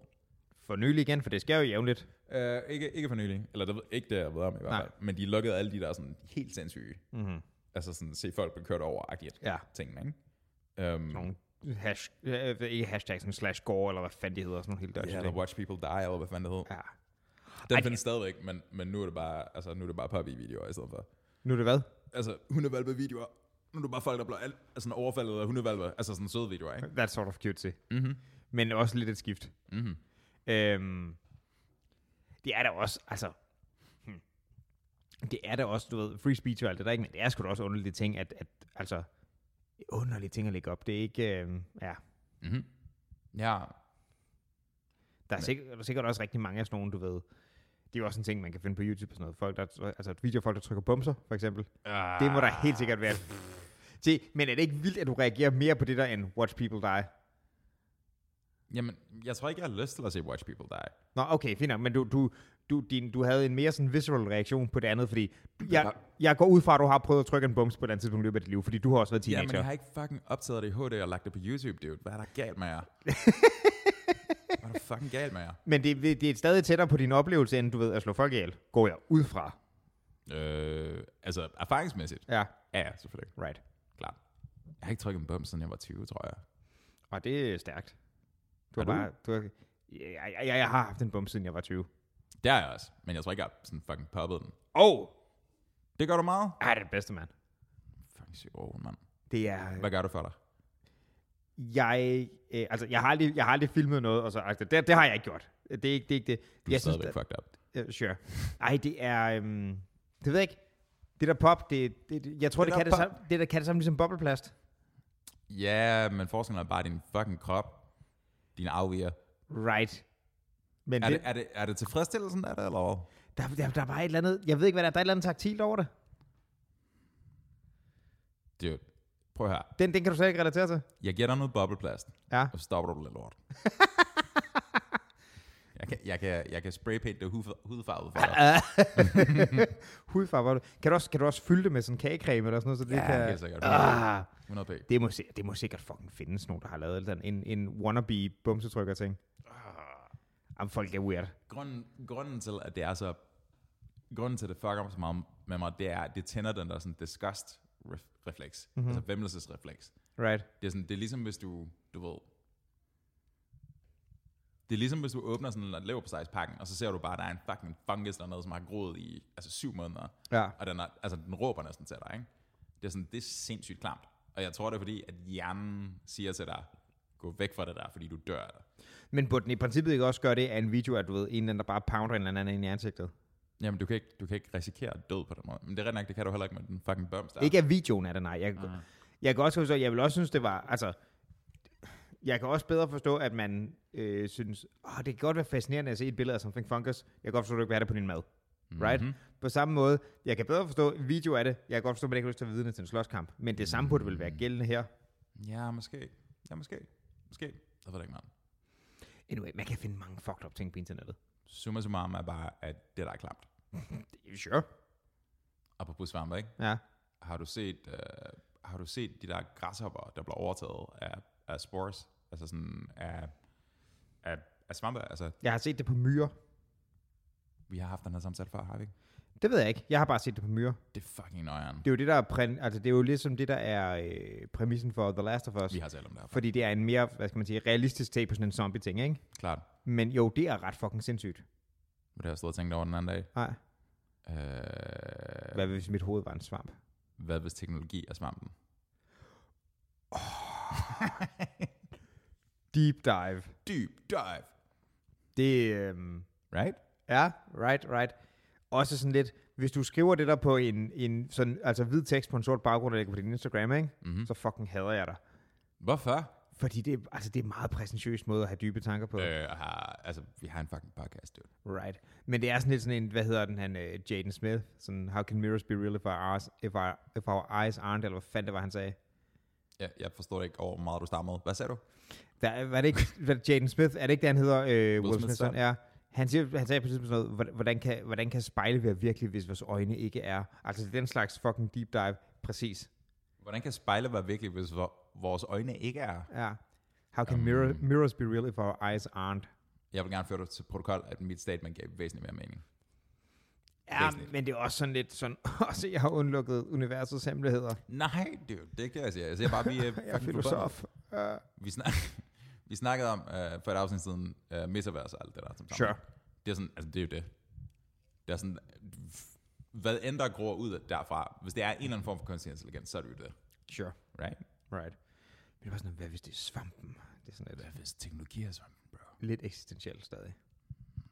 B: For nylig igen, for det sker jo jævnligt.
A: Uh, ikke, ikke for nylig. Eller det, ved- ikke det, jeg ved om i hvert
B: Nej.
A: fald. Men de lukkede alle de der sådan helt sindssyge.
B: Mm-hmm.
A: Altså sådan se folk blive kørt over agtigt
B: Ja.
A: tingene, ikke? Um,
B: Nogle hash, øh, ikke hashtag, sådan slash gore, eller hvad fanden de hedder, sådan nogle helt døjs.
A: Ja,
B: Yeah,
A: eller Watch People Die, eller hvad fanden det hed.
B: ja.
A: Den
B: Ej,
A: findes stadigvæk, men, men nu er det bare, altså, nu er det bare puppy-videoer i stedet for.
B: Nu er det hvad?
A: Altså, hundevalpe-videoer. Nu er det bare folk, der bliver alt, sådan overfaldet af hundevalpe. Altså sådan søde videoer, ikke?
B: That's sort of cutesy.
A: Mhm.
B: Men også lidt et skift.
A: Mhm.
B: Øhm, det er da også, altså... Hmm. Det er da også, du ved, free speech og alt det der, ikke? Men det er sgu da også underlige ting, at, at altså... Underlige ting at lægge op. Det er ikke, øhm, ja...
A: Mm-hmm. Ja,
B: Der er, sikkert, der er sikkert også rigtig mange af sådan nogle, du ved. Det er jo også en ting, man kan finde på YouTube og sådan noget. Folk, der, altså et video af folk, der trykker bumser, for eksempel. Ah. Det må der helt sikkert være. Se, men er det ikke vildt, at du reagerer mere på det der, end watch people die?
A: Jamen, jeg tror ikke, jeg har lyst til at se Watch People Die.
B: Nå, okay, fint nok, men du, du, du, din, du havde en mere sådan visceral reaktion på det andet, fordi du- jeg, jeg går ud fra, at du har prøvet at trykke en bums på et eller andet tidspunkt i løbet af dit liv, fordi du har også været
A: Ja,
B: teenager.
A: men jeg har ikke fucking optaget det i HD og lagt det på YouTube, dude. Hvad er der galt med jer? Hvad er der fucking galt med jer?
B: men det, det, det er stadig tættere på din oplevelse, end du ved at slå folk ihjel, går jeg ud fra.
A: Øh, altså, erfaringsmæssigt.
B: Ja,
A: Ja, ja, selvfølgelig.
B: right.
A: Klart. Jeg har ikke trykket en bum, siden jeg var 20, tror jeg.
B: Og det er stærkt. Du
A: Har
B: har,
A: du?
B: bare... Du har, ja, ja, ja, jeg har haft en bums, siden jeg var 20.
A: Det har jeg også, men jeg tror ikke, jeg har sådan fucking poppet den.
B: Åh! Oh,
A: Det gør du meget.
B: ah, det er det bedste, mand.
A: Fucking syv år, mand.
B: Det er...
A: Hvad gør du for dig?
B: Jeg, øh, altså, jeg, har aldrig, jeg har aldrig filmet noget, og så, altså, det, det har jeg ikke gjort. Det er ikke det. Er ikke det.
A: Du er
B: jeg
A: stadigvæk fucked up.
B: da- øh, sure. Ej, det er... Øhm, det ved jeg ikke. Det der pop, det, det, det jeg tror,
A: Det
B: det,
A: der
B: det, kan det,
A: pop.
B: samme, det der kan det samme ligesom bobleplast.
A: Ja, men forskellen er bare din fucking krop. Din afviger.
B: Right. Men
A: Er
B: det,
A: det, er, det, er det tilfredsstillelsen af det, eller hvad?
B: der, der, der er bare et eller andet... Jeg ved ikke, hvad der er. Der er et eller andet taktilt over det.
A: Dude, prøv at høre.
B: Den, den kan du slet ikke relatere til.
A: Jeg giver dig noget bobleplast,
B: Ja.
A: og så stopper du lidt lort. jeg, kan, jeg, kan, jeg kan spraypainte det hudfa- hudfarvet for dig.
B: Hudfarve. hvor du- Kan du også, kan du også fylde det med sådan en kagecreme eller sådan noget, så det
A: Ja,
B: kan...
A: helt sikkert.
B: Ah,
A: 100p.
B: det, må, se- det må sikkert fucking findes nogen, der har lavet sådan en, en wannabe bumsetrykker ting. Jamen, folk er weird.
A: Grunden, grunden til, at det er så... Grunden til, at det fucker mig så meget med mig, det er, at det tænder den der sådan disgust-refleks. Mm-hmm. Altså vemmelsesrefleks.
B: Right.
A: Det er, sådan, det er ligesom, hvis du, du ved... Det er ligesom, hvis du åbner sådan en leverpostejspakken, og så ser du bare, at der er en fucking fungus dernede, som har groet i altså syv måneder.
B: Ja.
A: Og den, er, altså, den råber næsten til dig, ikke? Det er sådan, det er sindssygt klamt. Og jeg tror, det er fordi, at hjernen siger til dig, gå væk fra det der, fordi du dør af det.
B: Men burde den i princippet ikke også gøre det af en video, at du ved, en eller anden, der bare pounder en eller anden ind i ansigtet?
A: Jamen, du kan, ikke, du kan ikke risikere død på den måde. Men det er rigtig nok, det kan du heller ikke med den fucking bums der.
B: Ja. Ikke af videoen af det, nej. Jeg,
A: Ah.
B: jeg kan også forstå, jeg vil også synes, det var, altså, jeg kan også bedre forstå, at man øh, synes, åh, det kan godt være fascinerende at se et billede af something funkers. Jeg kan godt forstå, at du ikke vil have det på din mad.
A: Mhm.
B: Right? Mm-hmm. På samme måde, jeg kan bedre forstå en video af det. Jeg kan godt forstå, at man ikke har lyst til at være vidne til en slåskamp. Men det samme burde vel være gældende her.
A: Ja, måske. Ja, måske. Måske. Jeg ved det ikke, mand.
B: Anyway, man kan finde mange fucked up ting på internettet.
A: Summa summarum er bare, at det der er klamt.
B: Sure.
A: Apropos svampe, ikke?
B: Ja.
A: Har du set, øh, har du set de der græshopper, der bliver overtaget af, af spores? Altså sådan af, af, af svampe? Altså,
B: Jeg har set det på myrer.
A: vi har haft den her samtale før, har vi ikke?
B: Det ved jeg ikke. Jeg har bare set det på myrer.
A: Det er fucking nøjeren.
B: Det er jo det, der er, præ- altså, det er jo ligesom det, der er øh, præmissen for The Last of Us.
A: Vi har talt om det her.
B: Fordi det er en mere, hvad skal man sige, realistisk take på sådan en zombie-ting, ikke?
A: Klart.
B: Men jo, det er ret fucking sindssygt.
A: Det har jeg stået og tænkt over den anden dag.
B: Nej.
A: Øh, hvad?
B: Hvad hvis mit hoved var en svamp?
A: hvad hvis teknologi er svampen?
B: Deep dive.
A: Deep dive.
B: Det øhm,
A: Right?
B: ja, right, right. Også sådan lidt, hvis du skriver det der på en, en sådan, altså hvid tekst på en sort baggrund, og lægger på din Instagram, ikke?
A: Mhm.
B: Så fucking hader jeg dig.
A: Hvorfor?
B: Fordi det, er- altså, det er en meget præsentiøs måde at have dybe tanker på.
A: Øh, har, altså, vi har en fucking podcast, dude.
B: Right. Men det er sådan lidt sådan en, hvad hedder den, han, uh, Jaden Smith, sådan, how can mirrors be real if our eyes, if our, if our eyes aren't, eller hvad fanden det var, han sagde.
A: Jeg, jeg forstår ikke over, hvor meget du stammede. Hvad sagde du?
B: Der, var det ikke, var det Jaden Smith, er det ikke det, han hedder? Øh, Will,
A: Smiths
B: Will Smith,
A: søn.
B: Smith ja. Han, siger, han sagde på et tidspunkt sådan noget, "Hvordan- hvordan kan, hvordan kan spejle være virkelig, hvis vores øjne ikke er? Altså det er den slags fucking deep dive, præcis.
A: Hvordan kan spejle være virkelig, hvis vor- vores øjne ikke er?
B: Ja. How can mirror, mirrors be real if our eyes aren't?
A: Jeg vil gerne føre dig til protokol, at mit statement gav væsentligt mere mening.
B: Ja,
A: Væsentligt.
B: men det er også sådan lidt sådan, også jeg har undlukket universets hemmeligheder.
A: Nej, dude, det er ikke det, jeg siger. Jeg siger bare, vi er
B: Jeg er
A: fucking forbundet.
B: filosof. Uh,
A: Vi, snak, vi snakkede om øh, for et afsnit siden øh, metaverse og alt det der. Som
B: Sure.
A: sammen. Det er sådan, altså det er jo det. Det er sådan, hvad end der gror ud derfra, hvis det er en eller anden form for kunstig intelligens, så er det jo det.
B: sure.
A: Right?
B: Right. Men det er bare sådan, hvad hvis det er svampen? Det er sådan lidt,
A: hvis teknologi er sådan, bro?
B: lidt eksistentielt stadig.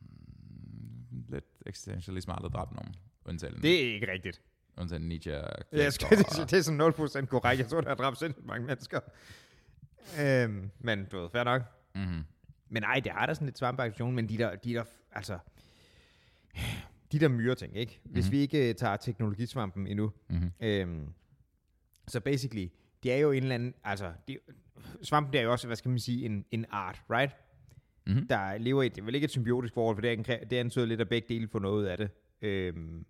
A: Mm, Lidt eksistentialisme har aldrig dræbt nogen. Undtagen,
B: Det er ikke rigtigt.
A: undtagen Nietzsche. og
B: Mm. Jeg skal
A: Kierkegaard
B: lige sige, det er sådan 0% korrekt. Jeg tror, der har dræbt sindssygt mange mennesker. Øhm, men du ved, fair nok.
A: og- Mhm.
B: Men nej, det har da sådan lidt svampeaktion, men de der, de der, altså, de der myre ting, ikke? Hvis
A: Mhm.
B: mm-hmm. vi ikke øh, tager teknologisvampen endnu,
A: Mhm.
B: øhm, så basically, det er jo en eller anden, altså, det, svampen det er jo også, hvad skal man sige, en, en art, right?
A: Mm-hmm.
B: der lever i, det er vel ikke et symbiotisk forhold, for det, er, det antyder lidt, at begge dele får noget af det. Øhm,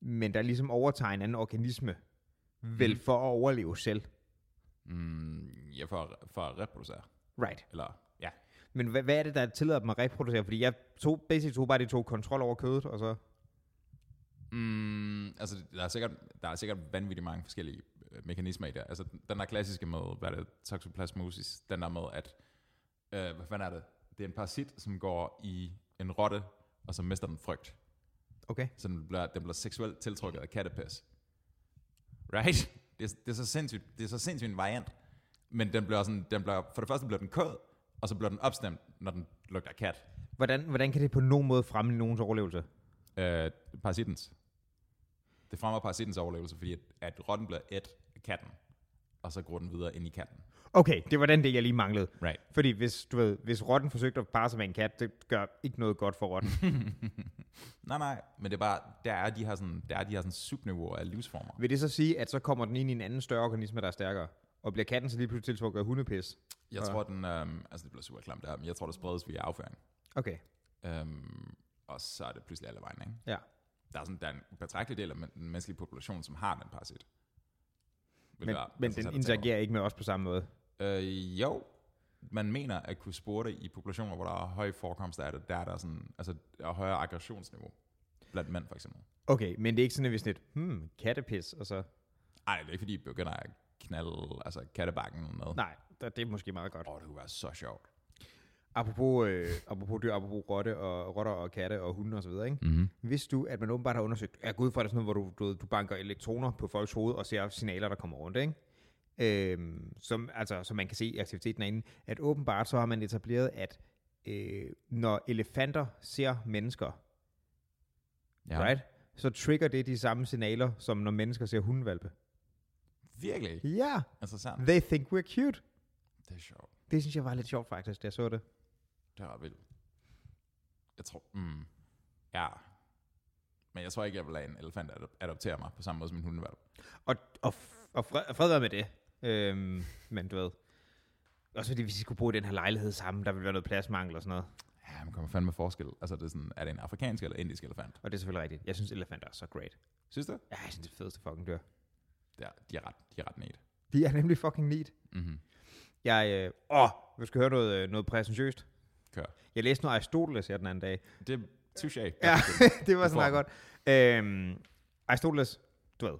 B: men der ligesom overtager en anden organisme, vel for at overleve selv.
A: Mm, ja, for, at- for at reproducere.
B: Right.
A: Eller, ja.
B: Men hvad, hvad er det, der tillader dem at reproducere? Fordi jeg tog, basic tog bare de to kontrol over kødet, og så...
A: Mm, altså, der er, sikkert, der er sikkert vanvittigt mange forskellige øh, mekanismer i det. Altså, den- den der klassiske med, hvad er det, toxoplasmosis, den der med, at, øh, hvad fanden er det? Det er en parasit, som går i en rotte, og så mister den frygt.
B: Okay.
A: Så den bliver, den bliver seksuelt tiltrukket af kattepis. Right? Det er, det, er så sindssygt, det er så sindssygt en variant. Men den bliver sådan, den bliver, for det første bliver den kød, og så bliver den opstemt, når den lugter af kat.
B: Hvordan, hvordan kan det på nogen måde fremme nogens overlevelse?
A: Øh, parasitens. Det fremmer parasitens overlevelse, fordi at, at rotten bliver et af katten, og så gror den videre ind i katten.
B: Okay, det var den del, jeg lige manglede.
A: Right.
B: Fordi hvis, du ved, hvis rotten forsøgte at parre sig med en kat, det gør ikke noget godt for rotten.
A: Nej, nej, men det er bare, der er de her, sådan, der er de her sådan subniveauer af livsformer.
B: Vil det så sige, at så kommer den ind i en anden større organisme, der er stærkere? Og bliver katten så lige pludselig tiltrukket af hundepis?
A: Jeg tror, den, øhm, altså det bliver super klamt der, men jeg tror, det spredes via afføring.
B: Okay,
A: Øhm, og så er det pludselig alle vejen, ikke?
B: ja.
A: Der er, sådan, der er en betragtelig del af men- den menneskelige population, som har den parasit. Vil altså
B: Men,
A: være
B: men
A: interessant
B: den
A: at tænke
B: interagerer ikke med os på samme måde.
A: over. Øh, jo, man mener at kunne spore det i populationer, hvor der er høj forekomst af det, der er der sådan, altså der er højere aggressionsniveau. Blandt mænd for eksempel.
B: Okay, men det er ikke sådan, at vi er sådan lidt, hmm, kattepis, og så...
A: Ej, det er ikke fordi, I begynder at knalde altså, kattebakken eller noget.
B: Nej, der- det er måske meget godt.
A: Åh, oh, det kunne være så sjovt.
B: Apropos, øh, apropos dyr, apropos rotte og, rotter og katte og hunde og så videre, ikke?
A: Mm-hmm.
B: Vidste du, at man åbenbart har undersøgt, jeg går ud fra det er sådan noget, hvor du, du, ved, du banker elektroner på folks hoved og ser signaler, der kommer rundt, ikke? Øhm, som, altså, som man kan se i aktiviteten herinde, at åbenbart så har man etableret, at øh, når elefanter ser mennesker, ja. right, så trigger det de samme signaler, som når mennesker ser hundevalpe.
A: Virkelig
B: Ja, yeah,
A: interessant.
B: they think we're cute.
A: Det er sjovt.
B: Det synes jeg var lidt sjovt faktisk, da jeg så det.
A: Det var vildt. Jeg tror, mm, ja. Men jeg tror ikke, jeg vil lade en elefant adop- adoptere mig på samme måde som en hundevalg.
B: Og, og, f- og fred, fred være med det. Øhm, men du ved. Også fordi, hvis I skulle bruge den her lejlighed sammen, der ville være noget pladsmangel og sådan noget.
A: Ja, man kommer fandme forskel. Altså, det er, sådan, er det en afrikansk eller indisk elefant?
B: Og det er selvfølgelig rigtigt. Jeg synes, elefanter er så great.
A: Synes du?
B: Ja, jeg synes, det er fedeste fucking dyr.
A: Det er, de er ret, de er ret net.
B: De er nemlig fucking neat.
A: Mm-hmm.
B: Jeg, øh, åh, vi skal høre noget, øh, noget præsentiøst.
A: Kør.
B: Jeg læste noget Aristoteles her den anden dag.
A: Det er touché.
B: Ja, det var
A: Jeg
B: sådan
A: får
B: meget godt. Øhm, Aristoteles, du ved,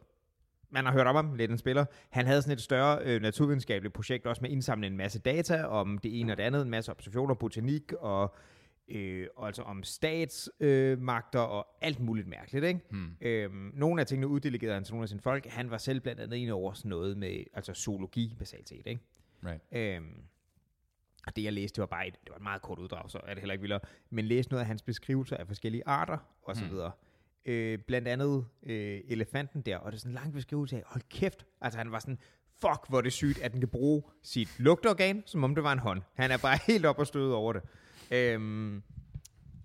B: man har hørt om ham, lidt en spiller. Han havde sådan et større øh, naturvidenskabeligt projekt, også med at indsamle en masse data om det ene og det andet, en masse observationer, botanik og øh, og altså om statsmagter øh, magter og alt muligt mærkeligt, ikke?
A: Hmm.
B: Øhm, nogle af tingene uddelegerede han til nogle af sine folk. Han var selv blandt andet en over sådan noget med altså zoologi basalt set, ikke?
A: Right.
B: Øhm, og det jeg læste, det var bare et, det var et meget kort uddrag, så er det heller ikke vildere. Men læste noget af hans beskrivelser af forskellige arter og så
A: Mm.
B: videre. Øh, blandt andet øh, elefanten der, og det er sådan en lang beskrivelse af, hold kæft, altså han var sådan, fuck hvor er det sygt, at den kan bruge sit lugteorgan, som om det var en hånd. Han er bare helt op og støde over det. Øhm,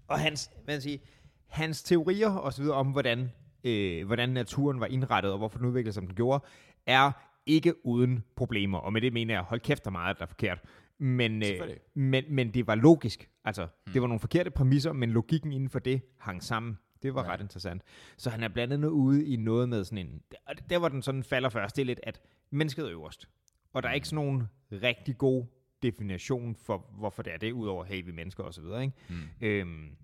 B: og hans, hvad sige, hans teorier og så videre om, hvordan, øh, hvordan naturen var indrettet, og hvorfor den udviklede, sig, som den gjorde, er ikke uden problemer. Og med det mener jeg, hold kæft, der er meget, der er forkert. Men, øh,
A: Selvfølgelig.
B: men, men det var logisk. Altså, hmm. det var nogle forkerte præmisser, men logikken inden for det hang sammen. Det var
A: Ja.
B: ret interessant. Så han er blandt andet ude i noget med sådan en... og Der, hvor den sådan falder først, det er lidt, at mennesket er øverst. Og der er ikke sådan nogen rigtig god definition for, hvorfor det er det, udover, hey, vi er mennesker osv. Ikke? Mm. Øhm,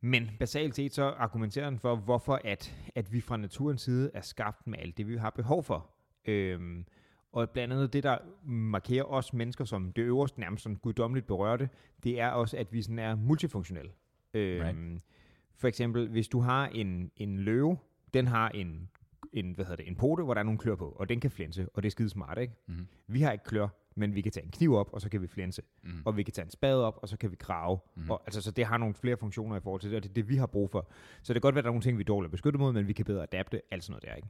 B: men basalt set så argumenterer han for, hvorfor at, at vi fra naturens side er skabt med alt det, vi har behov for. Øhm, og blandt andet det, der markerer os mennesker som det øverste, nærmest sådan guddommeligt berørte, det er også, at vi sådan er multifunktionelle. Øhm, right. For eksempel, hvis du har en, en løve, den har en, en, hvad hedder det, en pote, hvor der er nogle klør på, og den kan flænse, og det er skide smart, ikke?
A: Mhm.
B: Vi har ikke klør, men vi kan tage en kniv op, og så kan vi flænse
A: Mm.
B: og vi kan tage en spade op, og så kan vi grave.
A: Mhm.
B: Mm-hmm. Og, altså, så det har nogle flere funktioner i forhold til det, og det er det, vi har brug for. Så det kan godt være, at der er nogle ting, vi er dårligt beskyttet mod, men vi kan bedre adapte, alt sådan noget der, ikke?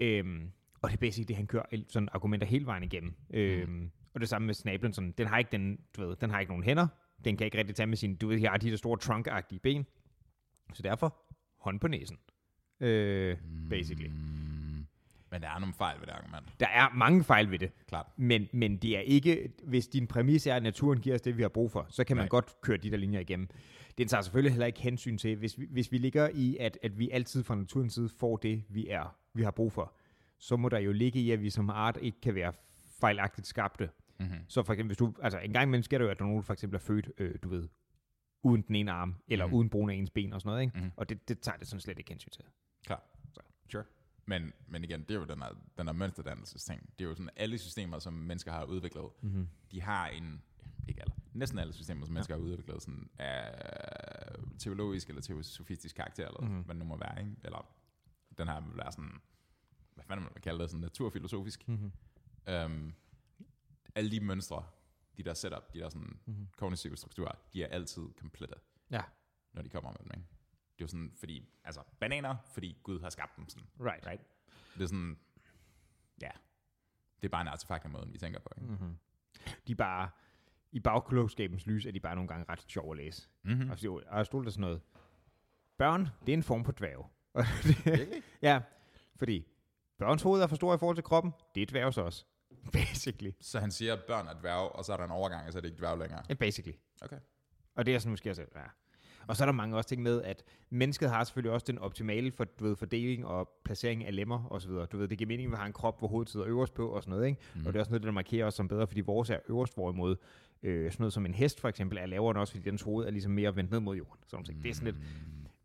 A: Right.
B: Øhm, og det er basic det, han kører el- sådan argumenter hele vejen igennem. Øhm,
A: Mhm.
B: Og det samme med snablen, sådan, den har ikke den, du ved, den har ikke nogen hænder, den kan ikke rigtig tage med sine, du ved, jeg har de der store trunk-agtige ben.
A: Mhm.
B: Så derfor, hånd på næsen. Øh, basically.
A: Mm. Men der er nogle fejl ved det argument.
B: Der er mange fejl ved det,
A: Klart.
B: men, men det er ikke, hvis din præmis er, at naturen giver os det, vi har brug for, så kan man
A: Nej.
B: godt køre de der linjer igennem. Den tager selvfølgelig heller ikke hensyn til, hvis vi, hvis vi ligger i, at, at vi altid fra naturens side får det, vi er, vi har brug for, så må der jo ligge i, at vi som art ikke kan være fejlagtigt skabte.
A: Mm-hmm.
B: Så for eksempel, hvis du, altså en gang imellem sker det jo, at der er nogen, der for eksempel er født, øh, du ved, uden den ene arm, eller
A: Mhm.
B: mm. uden brugen af ens ben og sådan noget, ikke?
A: Mhm.
B: Mm. Og det, det tager det sådan slet ikke hensyn til.
A: Klart. Så, sure. Men, men igen, det er jo den her, den her mønsterdannelsesting. Det er jo sådan, alle systemer, som mennesker har udviklet,
B: Mm-hmm.
A: de har en, ikke alle, næsten alle systemer, som mennesker ja. har udviklet, sådan af teologisk eller teosofistisk karakter, eller mm-hmm.
B: Mhm.
A: hvad det nu må være, ikke? eller den her vil være sådan, hvad fanden man vil kalde det, sådan naturfilosofisk.
B: Mm-hmm.
A: Um, alle de mønstre, de der setup, de der sådan
B: Mhm.
A: kognitive strukturer, de er altid komplette,
B: Ja.
A: når de kommer med dem. Ikke? Det er jo sådan, fordi, altså bananer, fordi Gud har skabt dem sådan.
B: Right. right.
A: Det er sådan, ja, det er bare en artefakt af måden, vi tænker på. Ikke?
B: Mm-hmm. De er bare, i bagklogskabens lys, er de bare nogle gange ret sjove at læse.
A: Mm-hmm.
B: Mm. Og så er sådan noget, børn, det er en form for dværg. Og det-
A: Virkelig?
B: ja, fordi børns hoved er for stor i forhold til kroppen, det er dværgs også. Basically.
A: Så han siger, at børn er dværge, og så er der en overgang, og så er det ikke dværge længere.
B: Ja, basically.
A: Okay.
B: Og det er sådan måske også, ja. Og så er der mange også ting med, at mennesket har selvfølgelig også den optimale for, du ved, fordeling og placering af lemmer og så videre. Du ved, det giver mening, at vi har en krop, hvor hovedet sidder øverst på og sådan noget, ikke? Mm. Og det er også noget, der markerer os som bedre, fordi vores er øverst, hvorimod øh, sådan noget som en hest for eksempel er lavere end også, fordi dens hoved er ligesom mere vendt ned mod jorden. Sådan mm. Det er sådan lidt,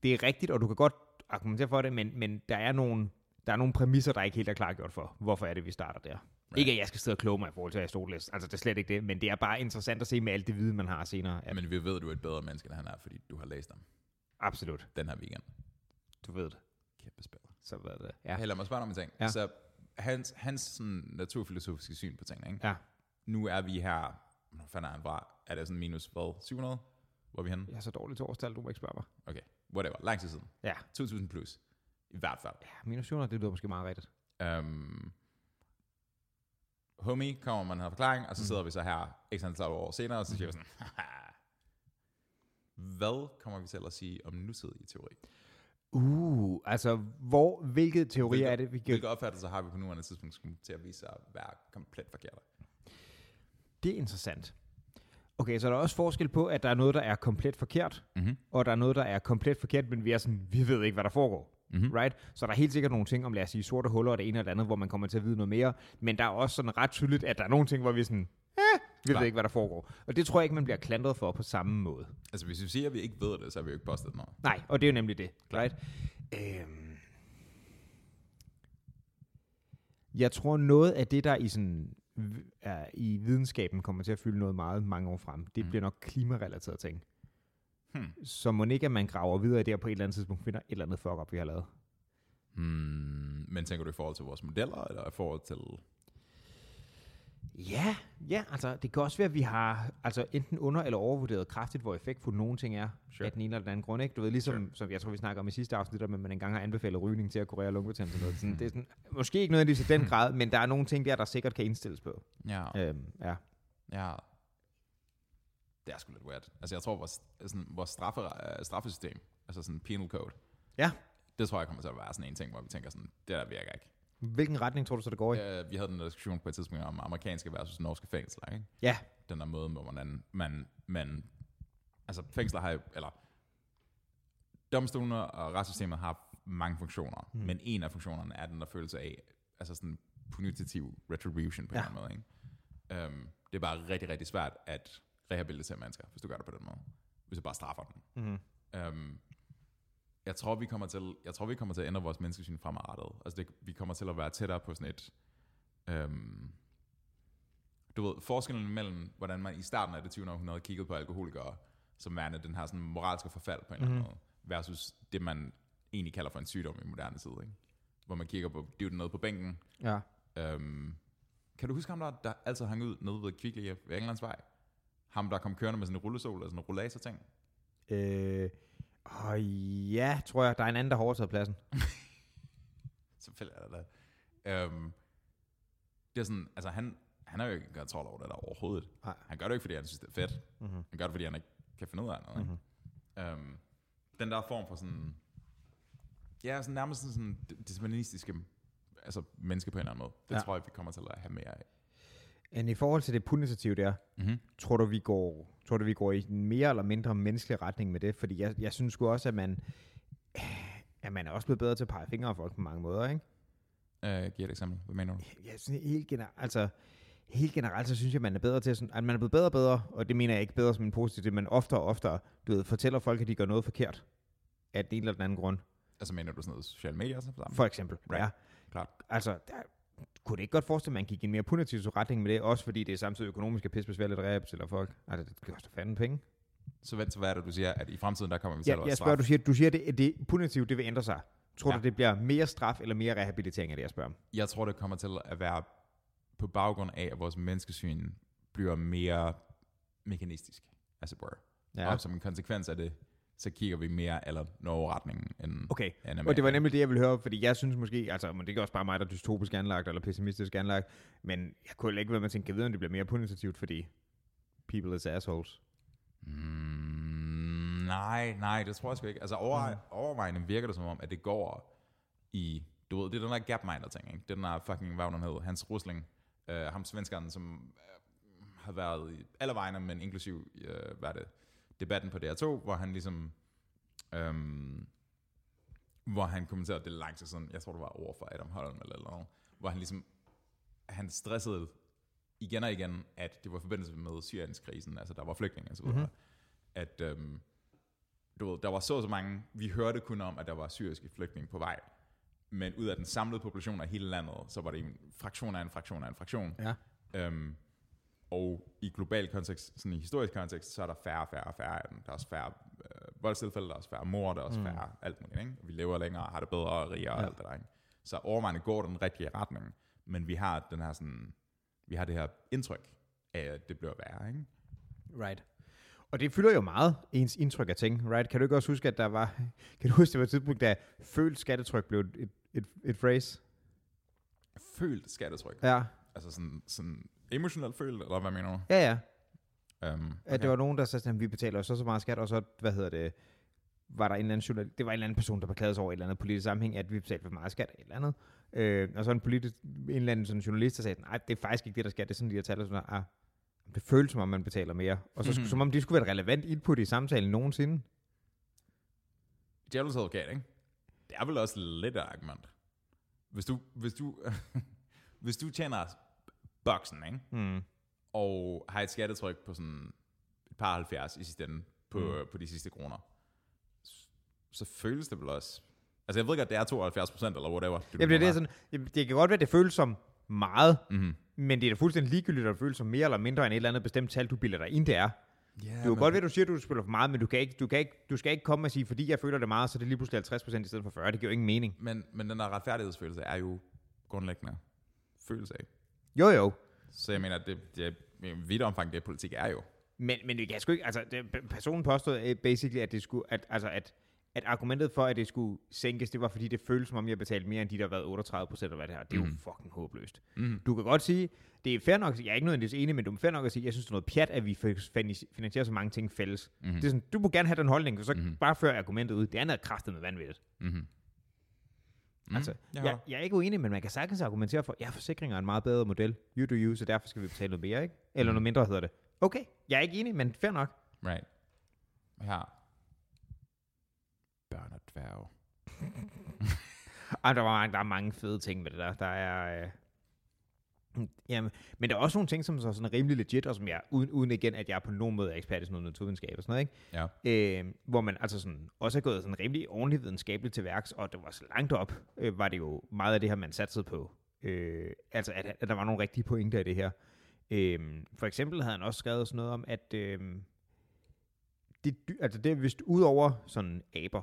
B: det er rigtigt, og du kan godt argumentere for det, men, men der er nogle der er nogle præmisser, der ikke helt er klargjort for, hvorfor er det, vi starter der. Right. Ikke, at jeg skal sidde og kloge mig i forhold til Aristoteles. Altså, det er slet ikke det, men det er bare interessant at se med alt det viden, man har senere. At,
A: Men vi ved, du er et bedre menneske, end han er, fordi du har læst ham
B: Absolut.
A: den her weekend.
B: Du ved det.
A: Kæmpe spiller.
B: Så hvad det?
A: Ja.
B: Ja.
A: Hey, lad mig spørge dig om en ting. Ja.
B: Ja.
A: Så hans, hans sådan, naturfilosofiske syn på tingene, ikke?
B: Ja.
A: Nu er vi her, hvor fanden er han fra? Er det sådan minus, hvad, 700? Hvor er vi henne?
B: Jeg er så dårlig til årstal, du må ikke spørge mig.
A: Okay, whatever. Lang tid siden.
B: Ja.
A: 2000 plus. I hvert fald.
B: ja minus 700, det lyder måske meget rigtigt.
A: Um, homie kommer man har forklaring, og så sidder vi så her x antal år senere, og så siger vi sådan, "Haha." hvad kommer vi til at sige om nutidige teori?
B: Uh, altså, hvor, hvilke teorier er det, vi kan...
A: Hvilke opfattelser har vi på nuværende tidspunkt som kommer til at vise sig at være komplet forkerte?
B: Det er interessant. Okay, så der er også forskel på, at der er noget, der er komplet forkert,
A: Mm-hmm.
B: og der er noget, der er komplet forkert, men vi er sådan, vi ved ikke, hvad der foregår.
A: Mhm.
B: Right? Så der er helt sikkert nogle ting om, lad os sige, sorte huller og det ene og det andet, hvor man kommer til at vide noget mere, men der er også sådan ret tydeligt, at der er nogle ting, hvor vi er sådan, eh, vi
A: Klar.
B: ved ikke, hvad der foregår. Og det tror jeg ikke, man bliver klandret for på samme måde.
A: Altså hvis vi siger, at vi ikke ved det, så har vi jo ikke postet noget.
B: Nej, og det er jo nemlig det,
A: Klart.
B: right? Øhm, jeg tror, noget af det, der i, sådan, v- er, i videnskaben kommer til at fylde noget meget mange år frem, det
A: Mm.
B: mm. bliver nok klimarelaterede ting.
A: Hmm.
B: Så må ikke, at man graver videre i det, og på et eller andet tidspunkt finder et eller andet fuck-up, vi har lavet.
A: Hmm. Men tænker du i forhold til vores modeller, eller i forhold til...
B: Ja, ja, altså det kan også være, at vi har altså, enten under- eller overvurderet kraftigt, hvor effektfuld nogen ting er,
A: Sure.
B: sure. af den ene eller den anden grund. Ikke? Du ved, ligesom sure. som jeg tror, vi snakker om i sidste afsnit, om at man engang har anbefalet rygning til at kurere lungebetændelse. og Noget. Sådan, det er sådan, måske ikke nødvendigvis i den grad, men der er nogle ting der, der sikkert kan indstilles på.
A: Ja.
B: Øhm, Hmm. ja.
A: Ja. Det er sgu lidt weird. Altså, jeg tror, vores, sådan, vores straffe, øh, straffesystem, altså sådan penal code,
B: ja.
A: det tror jeg kommer til at være sådan en ting, hvor vi tænker sådan, det der virker ikke.
B: Hvilken retning tror du så, det går i?
A: Øh, vi havde den der diskussion på et tidspunkt om amerikanske versus norske fængsler, ikke?
B: Ja.
A: Den der måde, hvor man, man, man altså fængsler har jo, eller domstolene og retssystemet har mange funktioner,
B: Hmm.
A: mm. men en af funktionerne er den der følelse af, altså sådan punitiv retribution på ja. en
B: Ja.
A: eller anden måde, ikke? Um, det er bare rigtig, rigtig svært at rehabilitere mennesker, hvis du gør det på den måde. Hvis du bare straffer dem.
B: Mm-hmm.
A: Øhm, jeg tror, vi kommer til, jeg tror, vi kommer til at ændre vores menneskesyn fremadrettet. Altså, det, vi kommer til at være tættere på sådan et... Øhm, du ved, forskellen mellem, hvordan man i starten af det 20. århundrede kiggede på alkoholikere, som værende den her sådan moralske forfald på en mm. eller anden måde, versus det, man egentlig kalder for en sygdom i moderne tid, ikke? Hvor man kigger på dyvet nede på bænken.
B: Ja.
A: Øhm, kan du huske ham der, der altid hang ud nede ved Kvickly ved Englandsvej? Ham, der kom kørende med sådan en rullestol og sådan en rollator-ting?
B: Øh, og ja, tror jeg, der er en anden, der har overtaget pladsen.
A: Selvfølgelig er der det. Øhm, det er sådan, altså han, han har jo ikke kontrol over det der overhovedet.
B: Nej.
A: Han gør det ikke, fordi han synes, det er fedt.
B: Mm-hmm.
A: Han gør det, fordi han ikke kan finde ud af noget.
B: mhm.
A: Mm-hmm. Øhm, den der form for sådan, ja, sådan nærmest sådan, sådan disciplinistiske altså, menneske på en eller anden måde. Det
B: Ja.
A: ja. tror jeg, vi kommer til at have mere af.
B: Men i forhold til det punitive der,
A: Mm-hmm.
B: tror du, vi går, tror du, vi går i en mere eller mindre menneskelig retning med det? Fordi jeg, jeg synes sgu også, at man, at man er også blevet bedre til at pege fingre af folk på mange måder, ikke?
A: Uh, giv et eksempel. Hvad mener du?
B: Jeg synes helt generelt, altså, helt generelt, så synes jeg, man er bedre til at, sådan, at man er blevet bedre og bedre, og det mener jeg ikke bedre som en positiv, det man oftere og oftere, du ved, fortæller folk, at de gør noget forkert af den ene eller den anden grund.
A: Altså mener du sådan noget sociale medier? og Sådan noget?
B: For eksempel.
A: Right.
B: Ja.
A: Klart.
B: Altså, der, kunne det ikke godt forestille, at man gik i en mere punitiv retning med det, også fordi det er samtidig økonomisk at pissebesværligt at reabstille folk. Altså, det koster fanden penge.
A: Så vent, så hvad er det, du siger, at i fremtiden, der kommer vi til
B: Ja,
A: at
B: jeg
A: straf?
B: spørger, du siger, du siger det, det punitive, det vil ændre sig. Tror ja.
A: Ja.
B: du, det bliver mere straf eller mere rehabilitering af det, jeg spørger om?
A: Jeg tror, det kommer til at være på baggrund af, at vores menneskesyn bliver mere mekanistisk, as it were. Ja. Og som en konsekvens af det, så kigger vi mere eller når retningen end...
B: Okay,
A: end
B: og det var
A: Amerika.
B: nemlig det, jeg ville høre, fordi jeg synes måske, altså, men det er også bare mig, der er dystopisk anlagt eller pessimistisk anlagt, men jeg kunne heller ikke være med at tænke, "Gad vide, om det bliver mere punitivt, fordi people is assholes.
A: Mm, nej, nej, det tror jeg sgu ikke. Altså over, mm. overvejende virker det som om, at det går i, du ved, det er den der gapminder ting, ikke? Det er den der fucking, hvad hun hed, Hans Rusling, øh, ham svenskeren, som øh, har været i alle vegne, men inklusiv, øh, hvad er det, debatten på DR2, hvor han ligesom, øhm, hvor han kommenterede det er lang tid siden, jeg tror det var over for Adam Holm eller eller noget, hvor han ligesom, han stressede igen og igen, at det var i forbindelse med Syrienskrisen, altså der var flygtninge og så videre, mm-hmm. at øhm, du ved, der var så og så mange, vi hørte kun om, at der var syriske flygtninge på vej, men ud af den samlede population af hele landet, så var det en fraktion af en fraktion af en fraktion.
B: Ja.
A: Øhm, og i global kontekst, sådan i historisk kontekst, så er der færre og færre og færre af dem. Der er også færre øh, voldstilfælde, der er også færre mor, der er også mm. færre alt muligt. Ikke? Vi lever længere, har det bedre og rigere ja. og alt det der. Ikke? Så overvejende går den rigtige retning, men vi har den her sådan, vi har det her indtryk af, at det bliver værre. Ikke?
B: Right. Og det fylder jo meget ens indtryk af ting, right? Kan du ikke også huske, at der var, kan du huske, det var et tidspunkt, da følt skattetryk blev et, et, et phrase?
A: Følt skattetryk. Ja.
B: Ja.
A: Altså sådan, sådan emotionelt følt, eller hvad mener du?
B: Ja, ja.
A: Um,
B: At det var nogen, der sagde, sådan, at vi betaler jo så så meget skat, og så, hvad hedder det, var der en eller anden journal, det var en eller anden person, der beklagede sig over et eller andet politisk sammenhæng, at vi betalte for meget skat eller et eller andet. Øh, og så en, politisk, en eller anden sådan journalist, der sagde, nej, det er faktisk ikke det, der skat, det er sådan, de her tal, og sådan, ah, det føles som om, man betaler mere. Og så mm-hmm.
A: Mhm.
B: som om det skulle være et relevant input i samtalen nogensinde.
A: Djævelens advokat, ikke? Det er vel også lidt af argument. Hvis du, hvis du, hvis du tjener boksen, ikke?
B: Mm.
A: Og har et skattetryk på sådan et par 70 i sidste ende på,
B: Mm.
A: mm. på de sidste kroner, s- så føles det vel også... Altså, jeg ved godt, det er 72 procent, eller whatever. Du
B: Jamen, det, er det, sådan, jamen, det kan godt være, at det føles som meget,
A: Mm-hmm.
B: men det er da fuldstændig ligegyldigt, at det føles som mere eller mindre end et eller andet bestemt tal, du bilder dig ind, det er. Det er jo godt ved, at du siger, at du spiller for meget, men du, kan ikke, du, kan ikke, du skal ikke komme og sige, fordi jeg føler det meget, så er det lige pludselig 50% i stedet for 40. Det giver jo ingen mening.
A: Men, men den der retfærdighedsfølelse er jo grundlæggende følelse af.
B: Jo, jo.
A: Så
B: Mm.
A: jeg mener, det, det er, i vidt omfang, det politik er jo.
B: Men, men det kan sgu ikke, altså det, personen påstod eh, basically, at, det skulle, at, altså, at, at argumentet for, at det skulle sænkes, det var fordi, det føltes som om, jeg betalte mere end de, der har været 38 procent af hvad det her. Det er mm. jo fucking håbløst. Mm. Du kan godt sige, det er fair nok, jeg er ikke nødvendigvis enig, men du er fair nok at sige, jeg synes, det er noget pjat, at vi fin- fin- finansierer så mange ting fælles. Mm. Det er sådan, du må gerne have den holdning, så mm. bare før argumentet ud. Det andet er kraftet med vanvittigt.
A: Mm-hmm.
B: Mm. Altså,
A: jeg
B: jeg,
A: holder.
B: jeg er ikke uenig, men man kan sagtens argumentere for, ja, forsikringer er en meget bedre model. You do you, så derfor skal vi betale noget mere, ikke? Eller noget mindre hedder det. Okay, jeg er ikke enig, men fair nok.
A: Right. Her. Børn og dværge.
B: Ej, der, var, der er mange fede ting med det der. Der er... Øh... mm, Jamen, men der er også nogle ting, som så er sådan rimelig legit, og som jeg, uden, uden igen, at jeg på nogen måde er ekspert i sådan noget naturvidenskab og sådan noget,
A: Ja.
B: ikke? Øh, hvor man altså sådan, også er gået sådan rimelig ordentligt videnskabeligt til værks, og det var så langt op, øh, var det jo meget af det her, man satsede på. Øh, altså, at, at der var nogle rigtige pointer i det her. Øh, for eksempel havde han også skrevet sådan noget om, at øh, det, dy- altså det, hvis du, udover sådan aber,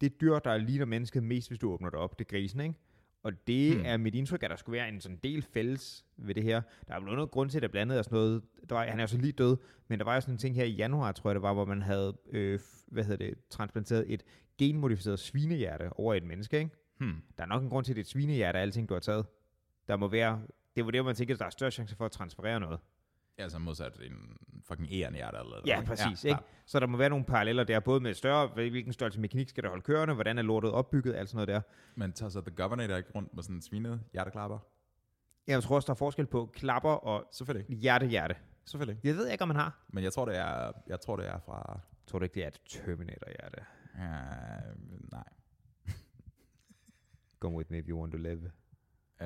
B: det dyr, der ligner mennesket mest, hvis du åbner det op, det er grisen, ikke? Og det hmm.
A: Hmm.
B: er mit indtryk, at der skulle være en sådan del fælles ved det her. Der er blevet noget grund til, at der blandt andet er sådan noget, der var, han er jo så lige død, men der var jo sådan en ting her i januar, tror jeg det var, hvor man havde, øh, f- hvad hedder det, transplanteret et genmodificeret svinehjerte over i et menneske, ikke?
A: Hmm.
B: Der er nok en grund til, at det er et svinehjerte, af alting du har taget. Der må være, det var det, hvor man tænker, at der er større chance for at transferere noget.
A: altså modsat en fucking ærenhjerte eller
B: Ja, præcis. Ja, ikke?
A: klart.
B: Så der må være nogle paralleller der, både med større, hvilken størrelse mekanik skal der holde kørende, hvordan er lortet opbygget, alt sådan noget der.
A: Men tager så The Governor ikke rundt med sådan en svinet hjerteklapper?
B: Jeg tror også, der er forskel på klapper og
A: Selvfølgelig ikke.
B: hjerte-hjerte.
A: Selvfølgelig ikke.
B: Jeg ved ikke, om man har.
A: Men jeg tror, det er, jeg tror, det er fra...
B: Jeg tror du ikke, det er et Terminator-hjerte?
A: Uh, nej.
B: Come with me if you want to live.
A: Uh,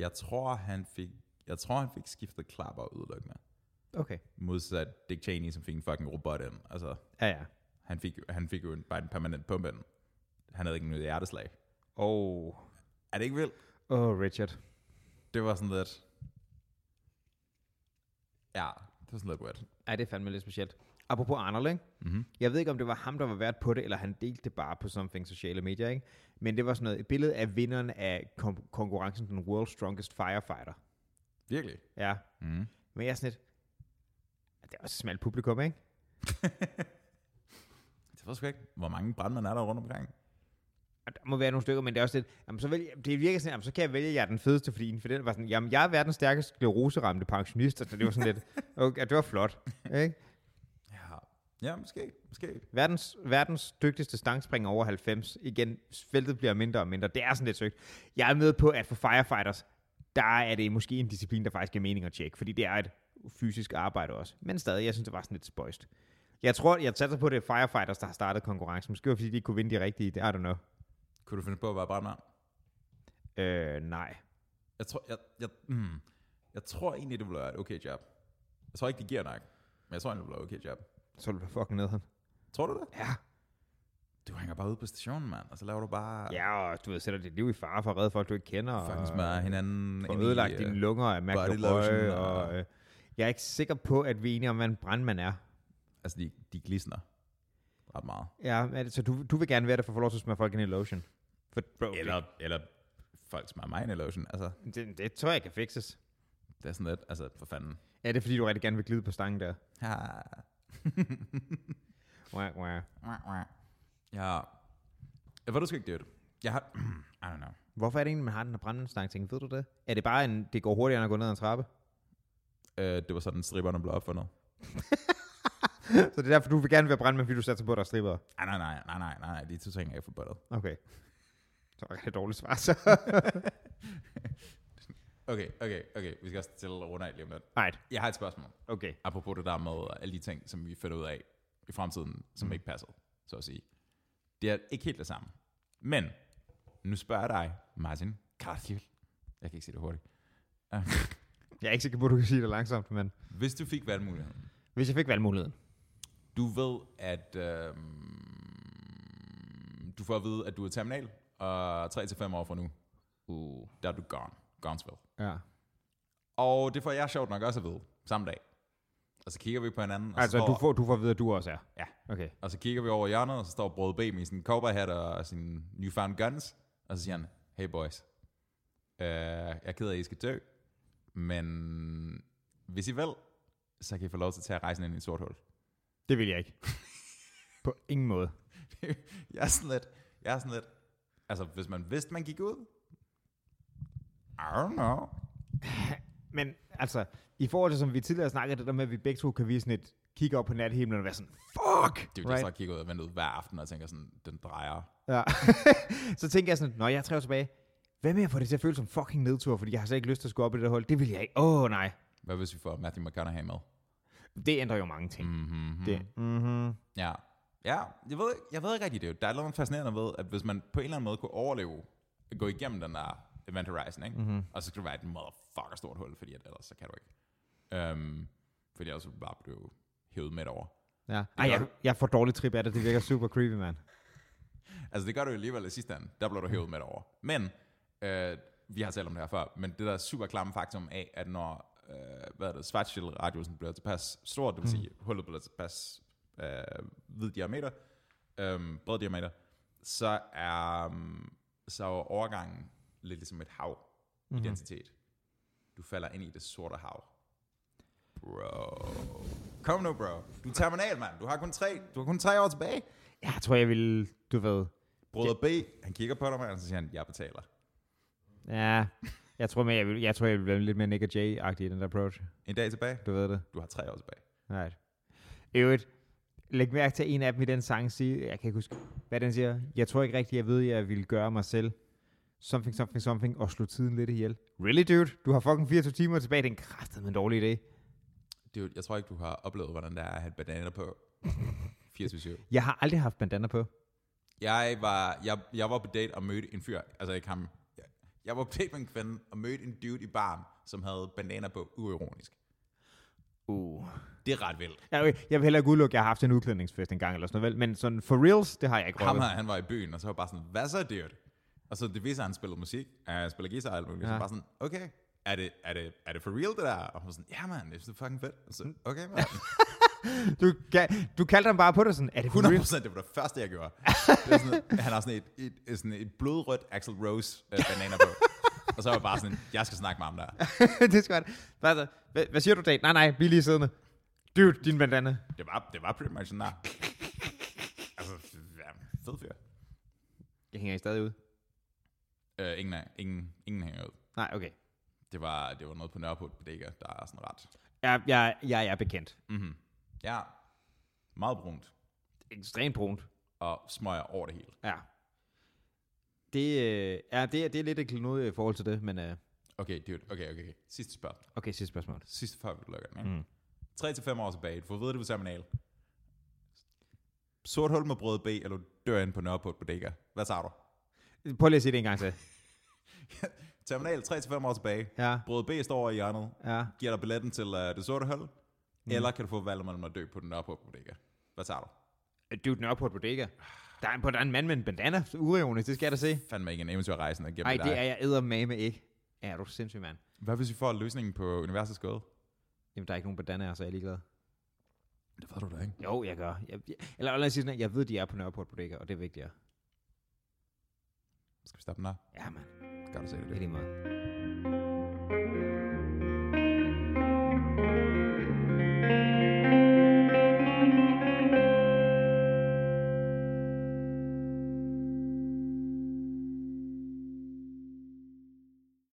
A: jeg tror, han fik... Jeg tror, han fik skiftet klapper udelukkende.
B: Okay.
A: Modsat Dick Cheney, som fik en fucking robot ind. Altså,
B: Ja, ja.
A: han fik, han fik jo en, bare en permanent pump ind. Han havde ikke noget hjerteslag.
B: Åh, oh.
A: Er det ikke vildt?
B: oh, Richard.
A: Det var sådan lidt... Ja, det var sådan lidt weird.
B: Ej, det er fandme lidt specielt. Apropos Arnold, ikke?
A: Mm-hmm.
B: Jeg ved ikke, om det var ham, der var vært på det, eller han delte det bare på something sociale medier, ikke? Men det var sådan noget, et billede af vinderen af kom- konkurrencen, den World's Strongest Firefighter.
A: Virkelig.
B: Ja,
A: Mm.
B: men jeg er sådan lidt, "Ah, det er også et smalt publikum, ikke?
A: Det var sgu ikke, hvor mange brandmænd er der rundt omkring.
B: Og Der må være nogle stykker, men det er også lidt, jamen, så vælger, det virker sådan, jamen, så kan jeg vælge, at jeg er den fedeste, fordi en for den var sådan, jamen, jeg er verdens stærkeste skleroseramte pensionist, så det var sådan lidt, okay, det var flot, ikke?
A: Ja, ja måske. måske.
B: Verdens, verdens dygtigste stangspringer over 90. Igen, feltet bliver mindre og mindre. Det er sådan lidt søgt. Jeg er med på, at for firefighters, der er det måske en disciplin, der faktisk er mening at tjekke, fordi det er et fysisk arbejde også. Men stadig, jeg synes, det var sådan lidt spøjst. Jeg tror, jeg satser på, at det er firefighters, der har startet konkurrencen. Måske var det, fordi de ikke kunne vinde de rigtige. I don't know.
A: Kunne du finde på at være brandmand?
B: Øh, nej.
A: Jeg tror, jeg, jeg, mm, jeg tror egentlig, det ville være et okay job. Jeg tror ikke, det giver nok. Men jeg tror egentlig, det ville være et okay job.
B: Så vil du fucking ned
A: Tror du det?
B: Ja.
A: Du hænger bare ud på stationen, mand. Og så laver du bare...
B: Ja, og du ved, sætter dit liv i fare for at redde folk, du ikke kender.
A: Fucking
B: og-
A: smager hinanden.
B: Få
A: ind i,
B: ødelagt
A: øh,
B: dine lunger af
A: body
B: mærkelig
A: lotion
B: røg.
A: og-
B: Og, øh, jeg er ikke sikker på, at vi er enige om, hvad en brandmand er.
A: Altså, de, de glisner ret meget.
B: Ja, men så du, du vil gerne være der for at få lov til at smøre folk ind i lotion. For bro,
A: Eller, eller folk smager mig ind i lotion. Altså,
B: det, det, det tror jeg kan fikses.
A: det er sådan lidt... Altså, for fanden.
B: Er det fordi, du rigtig gerne vil glide på stangen der?
A: Ja.
B: Wah, wah.
A: ja. Jeg ved du sgu ikke, det er det. Jeg har... I don't know.
B: Hvorfor er det egentlig, man har den her brændstang ting? Ved du det? Er det bare en, det går hurtigere, end at gå ned ad en trappe?
A: Øh, det var sådan, striberne blev opfundet.
B: så det er derfor, du vil gerne være brandmand, fordi du satser på, at der er stripper.
A: Ej, Ah, nej, nej, nej, nej, nej, nej, de to ting er forbundet.
B: Okay. Så var det et dårligt svar, så.
A: Okay, okay, okay, vi skal også til at runde af lige om lidt.
B: Nej,
A: Jeg har et spørgsmål,
B: okay.
A: apropos det der med øh, alle de ting, som vi finder ud af i fremtiden, som ikke passer, så at sige. Det er ikke helt det samme. Men, nu spørger jeg dig, Martin Kartjel. Jeg kan ikke sige det hurtigt.
B: Jeg er ikke sikker på, at du kan sige det langsomt, men...
A: Hvis du fik valgmuligheden,
B: Hvis jeg fik valgmuligheden.
A: Du ved, at øh, du får at vide, at du er terminal, øh, og 3-5 år fra nu, uh. der er du gone. Gonesville.
B: Ja.
A: Og det får jeg sjovt nok også at vide, samme dag. Og så kigger vi på hinanden, og,
B: Altså,
A: så, står,
B: du får, du får at vide, at du også er.
A: Ja.
B: Okay.
A: og så kigger vi over hjørnet, og så står Brød B med sin cowboyhat og sin newfound guns, og så siger han, hey boys, øh, jeg er ked af, at I skal dø, men hvis I vil, så kan I få lov til at tage rejsen ind i et sort hul.
B: Det vil jeg ikke. på ingen måde.
A: jeg er sådan lidt, jeg er sådan lidt, altså hvis man vidste, man gik ud, I don't know.
B: Men altså, i forhold til, som vi tidligere snakkede, det der med, at vi begge to kan vise sådan et kig op på nathimlen og være sådan, fuck!
A: Det er jo right. det, jeg så kigger ud af vinduet hver aften og tænker sådan, den drejer.
B: Ja. så tænker jeg sådan, når jeg træver tilbage, hvad med at få det til at føles som fucking nedtur, fordi jeg har slet ikke lyst til at skulle op i det der hul. Det vil jeg ikke. Åh, oh, nej.
A: Hvad hvis vi får Matthew McConaughey med?
B: Det ændrer jo mange ting.
A: Mm-hmm.
B: Det. Mm-hmm.
A: Ja. Ja, jeg ved, ikke- jeg ved ikke rigtigt det. er jo- Der er noget fascinerende ved, at hvis man på en eller anden måde kunne overleve at gå igennem den der Event Horizon, ikke? Mm-hmm. og så skulle det være et motherfucker stort hul, fordi at ellers så kan du ikke. Um, fordi ellers ville du bare blive hævet midt over.
B: Ja. Ej, jeg, jeg får dårlig trip af det. Det virker super creepy, mand.
A: Altså det gør du jo alligevel i sidste ende. Der blev du hævet med over. Men, øh, vi har talt om det her før, men det der super klamme faktum af, at når øh, hvad er det, Schwarzschild-radiusen bliver tilpas stor, det vil sige, hullet bliver tilpas øh, hvid diameter, øh, bred diameter, så er, mm, så er overgangen lidt ligesom et hav mm-hmm. identitet. Du falder ind i det sorte hav. Bro. Kom nu, bro. Du er terminal, mand. Du har kun tre, du har kun tre år tilbage.
B: Jeg tror, jeg vil, du ved,
A: Brødre B, han kigger på dig, mand, og så siger han, jeg betaler.
B: Ja, Jeg tror, mere, jeg, vil, jeg tror, jeg vil være lidt mere Nick og Jay-agtig i den der approach.
A: En dag tilbage.
B: Du ved det.
A: Du har tre år tilbage.
B: Right. Øvrigt, læg mærke til en af dem i den sang sige, jeg kan ikke huske, hvad den siger. Jeg tror ikke rigtigt, jeg ved, jeg ville gøre mig selv. Something, something, something, og slå tiden lidt ihjel. Really, dude? Du har fucking 24 timer tilbage. Det er en kraftedeme dårlig idé.
A: Det er jo, jeg tror ikke, du har oplevet, hvordan der er at have bananer på. 24
B: Jeg har aldrig haft bandana på.
A: Jeg var, jeg, jeg var på date og mødte en fyr, altså ikke ham. Jeg, jeg var på date med en kvinde og mødte en dude i baren, som havde bananer på, uironisk.
B: Uh.
A: Det er ret vildt.
B: Jeg, vil- jeg vil heller ikke udelukke, at jeg har haft en udklædningsfest en gang eller sådan noget, vel? Men sådan for reals, det har jeg ikke
A: Ham
B: røvet.
A: her, han var i byen, og så var jeg bare sådan, hvad så, dude? Og så det viser, at han spillede musik, og han spiller guitar og alt muligt. Ja. Så
B: Ja.
A: bare sådan, okay, er det, er, det, er det for real, det der? Og hun var sådan, ja, man, det er fucking fedt. Og så, okay, man.
B: Du, ga- du kaldte ham bare på det sådan, er det for
A: 100
B: real?
A: procent, det var det første, jeg gjorde. Det var sådan, han har sådan et, et, et, sådan et blodrødt Axel Rose øh, bananer på. og så var jeg bare sådan, jeg skal snakke med ham der.
B: det skal være det. Hvad, er det? hvad, hvad siger du, Dan? Nej, nej, bliv lige siddende. Dude, din bandana.
A: Det var, det var pretty much sådan der. altså, ja, fed fyr.
B: Jeg hænger I stadig ud.
A: Øh, ingen, af- ingen, ingen hænger ud.
B: Nej, okay.
A: Det var, det var noget på Nørreport Bodega, der er sådan ret.
B: Jeg, jeg, jeg er bekendt.
A: Mm-hmm. Ja, meget brunt
B: Ekstremt brunt.
A: og smøger over det hele.
B: Ja. Det, øh, ja, det, er- det er lidt et klinode i forhold til det, men... Øh,
A: Okay, dude, okay, okay. okay. Sidste spørgsmål.
B: okay, sidste spørgsmål.
A: Sidste før vi lukker den, ikke?
B: Mm.
A: 3-5 år tilbage, du får at vide det på terminal. Sort hul med brød B, eller du dør ind på Nørreport Bodega. Hvad tager du?
B: Prøv lige at sige det en gang til.
A: Terminal 3-5 år tilbage.
B: Ja,
A: Brød B står over i hjørnet.
B: ja.
A: Giver dig billetten til uh, det sorte hul. Mm. Eller kan du få valget mellem at dø på den Nørreport Bodega. Hvad tager du?
B: Dude, Nørreport Bodega. Der er, en, der er en mand med en bandana, ureonisk, det skal jeg da se.
A: Fandme ikke en eventyrrejsende gennem
B: Nej,
A: dig.
B: det er jeg eddermame ikke. Er du sindssyg, mand?
A: Hvad hvis vi får løsningen på universets gåde?
B: Jamen, der er ikke nogen bandanaer, så jeg er ligeglad.
A: Det ved du da ikke.
B: Jo, jeg gør. Jeg, jeg, eller lad os sige sådan, her, jeg ved, de er på Nørreport Bodega, og det er vigtigere.
A: Skal vi stoppe den der?
B: Ja, mand.
A: Skal du se det?
B: Det er lige meget.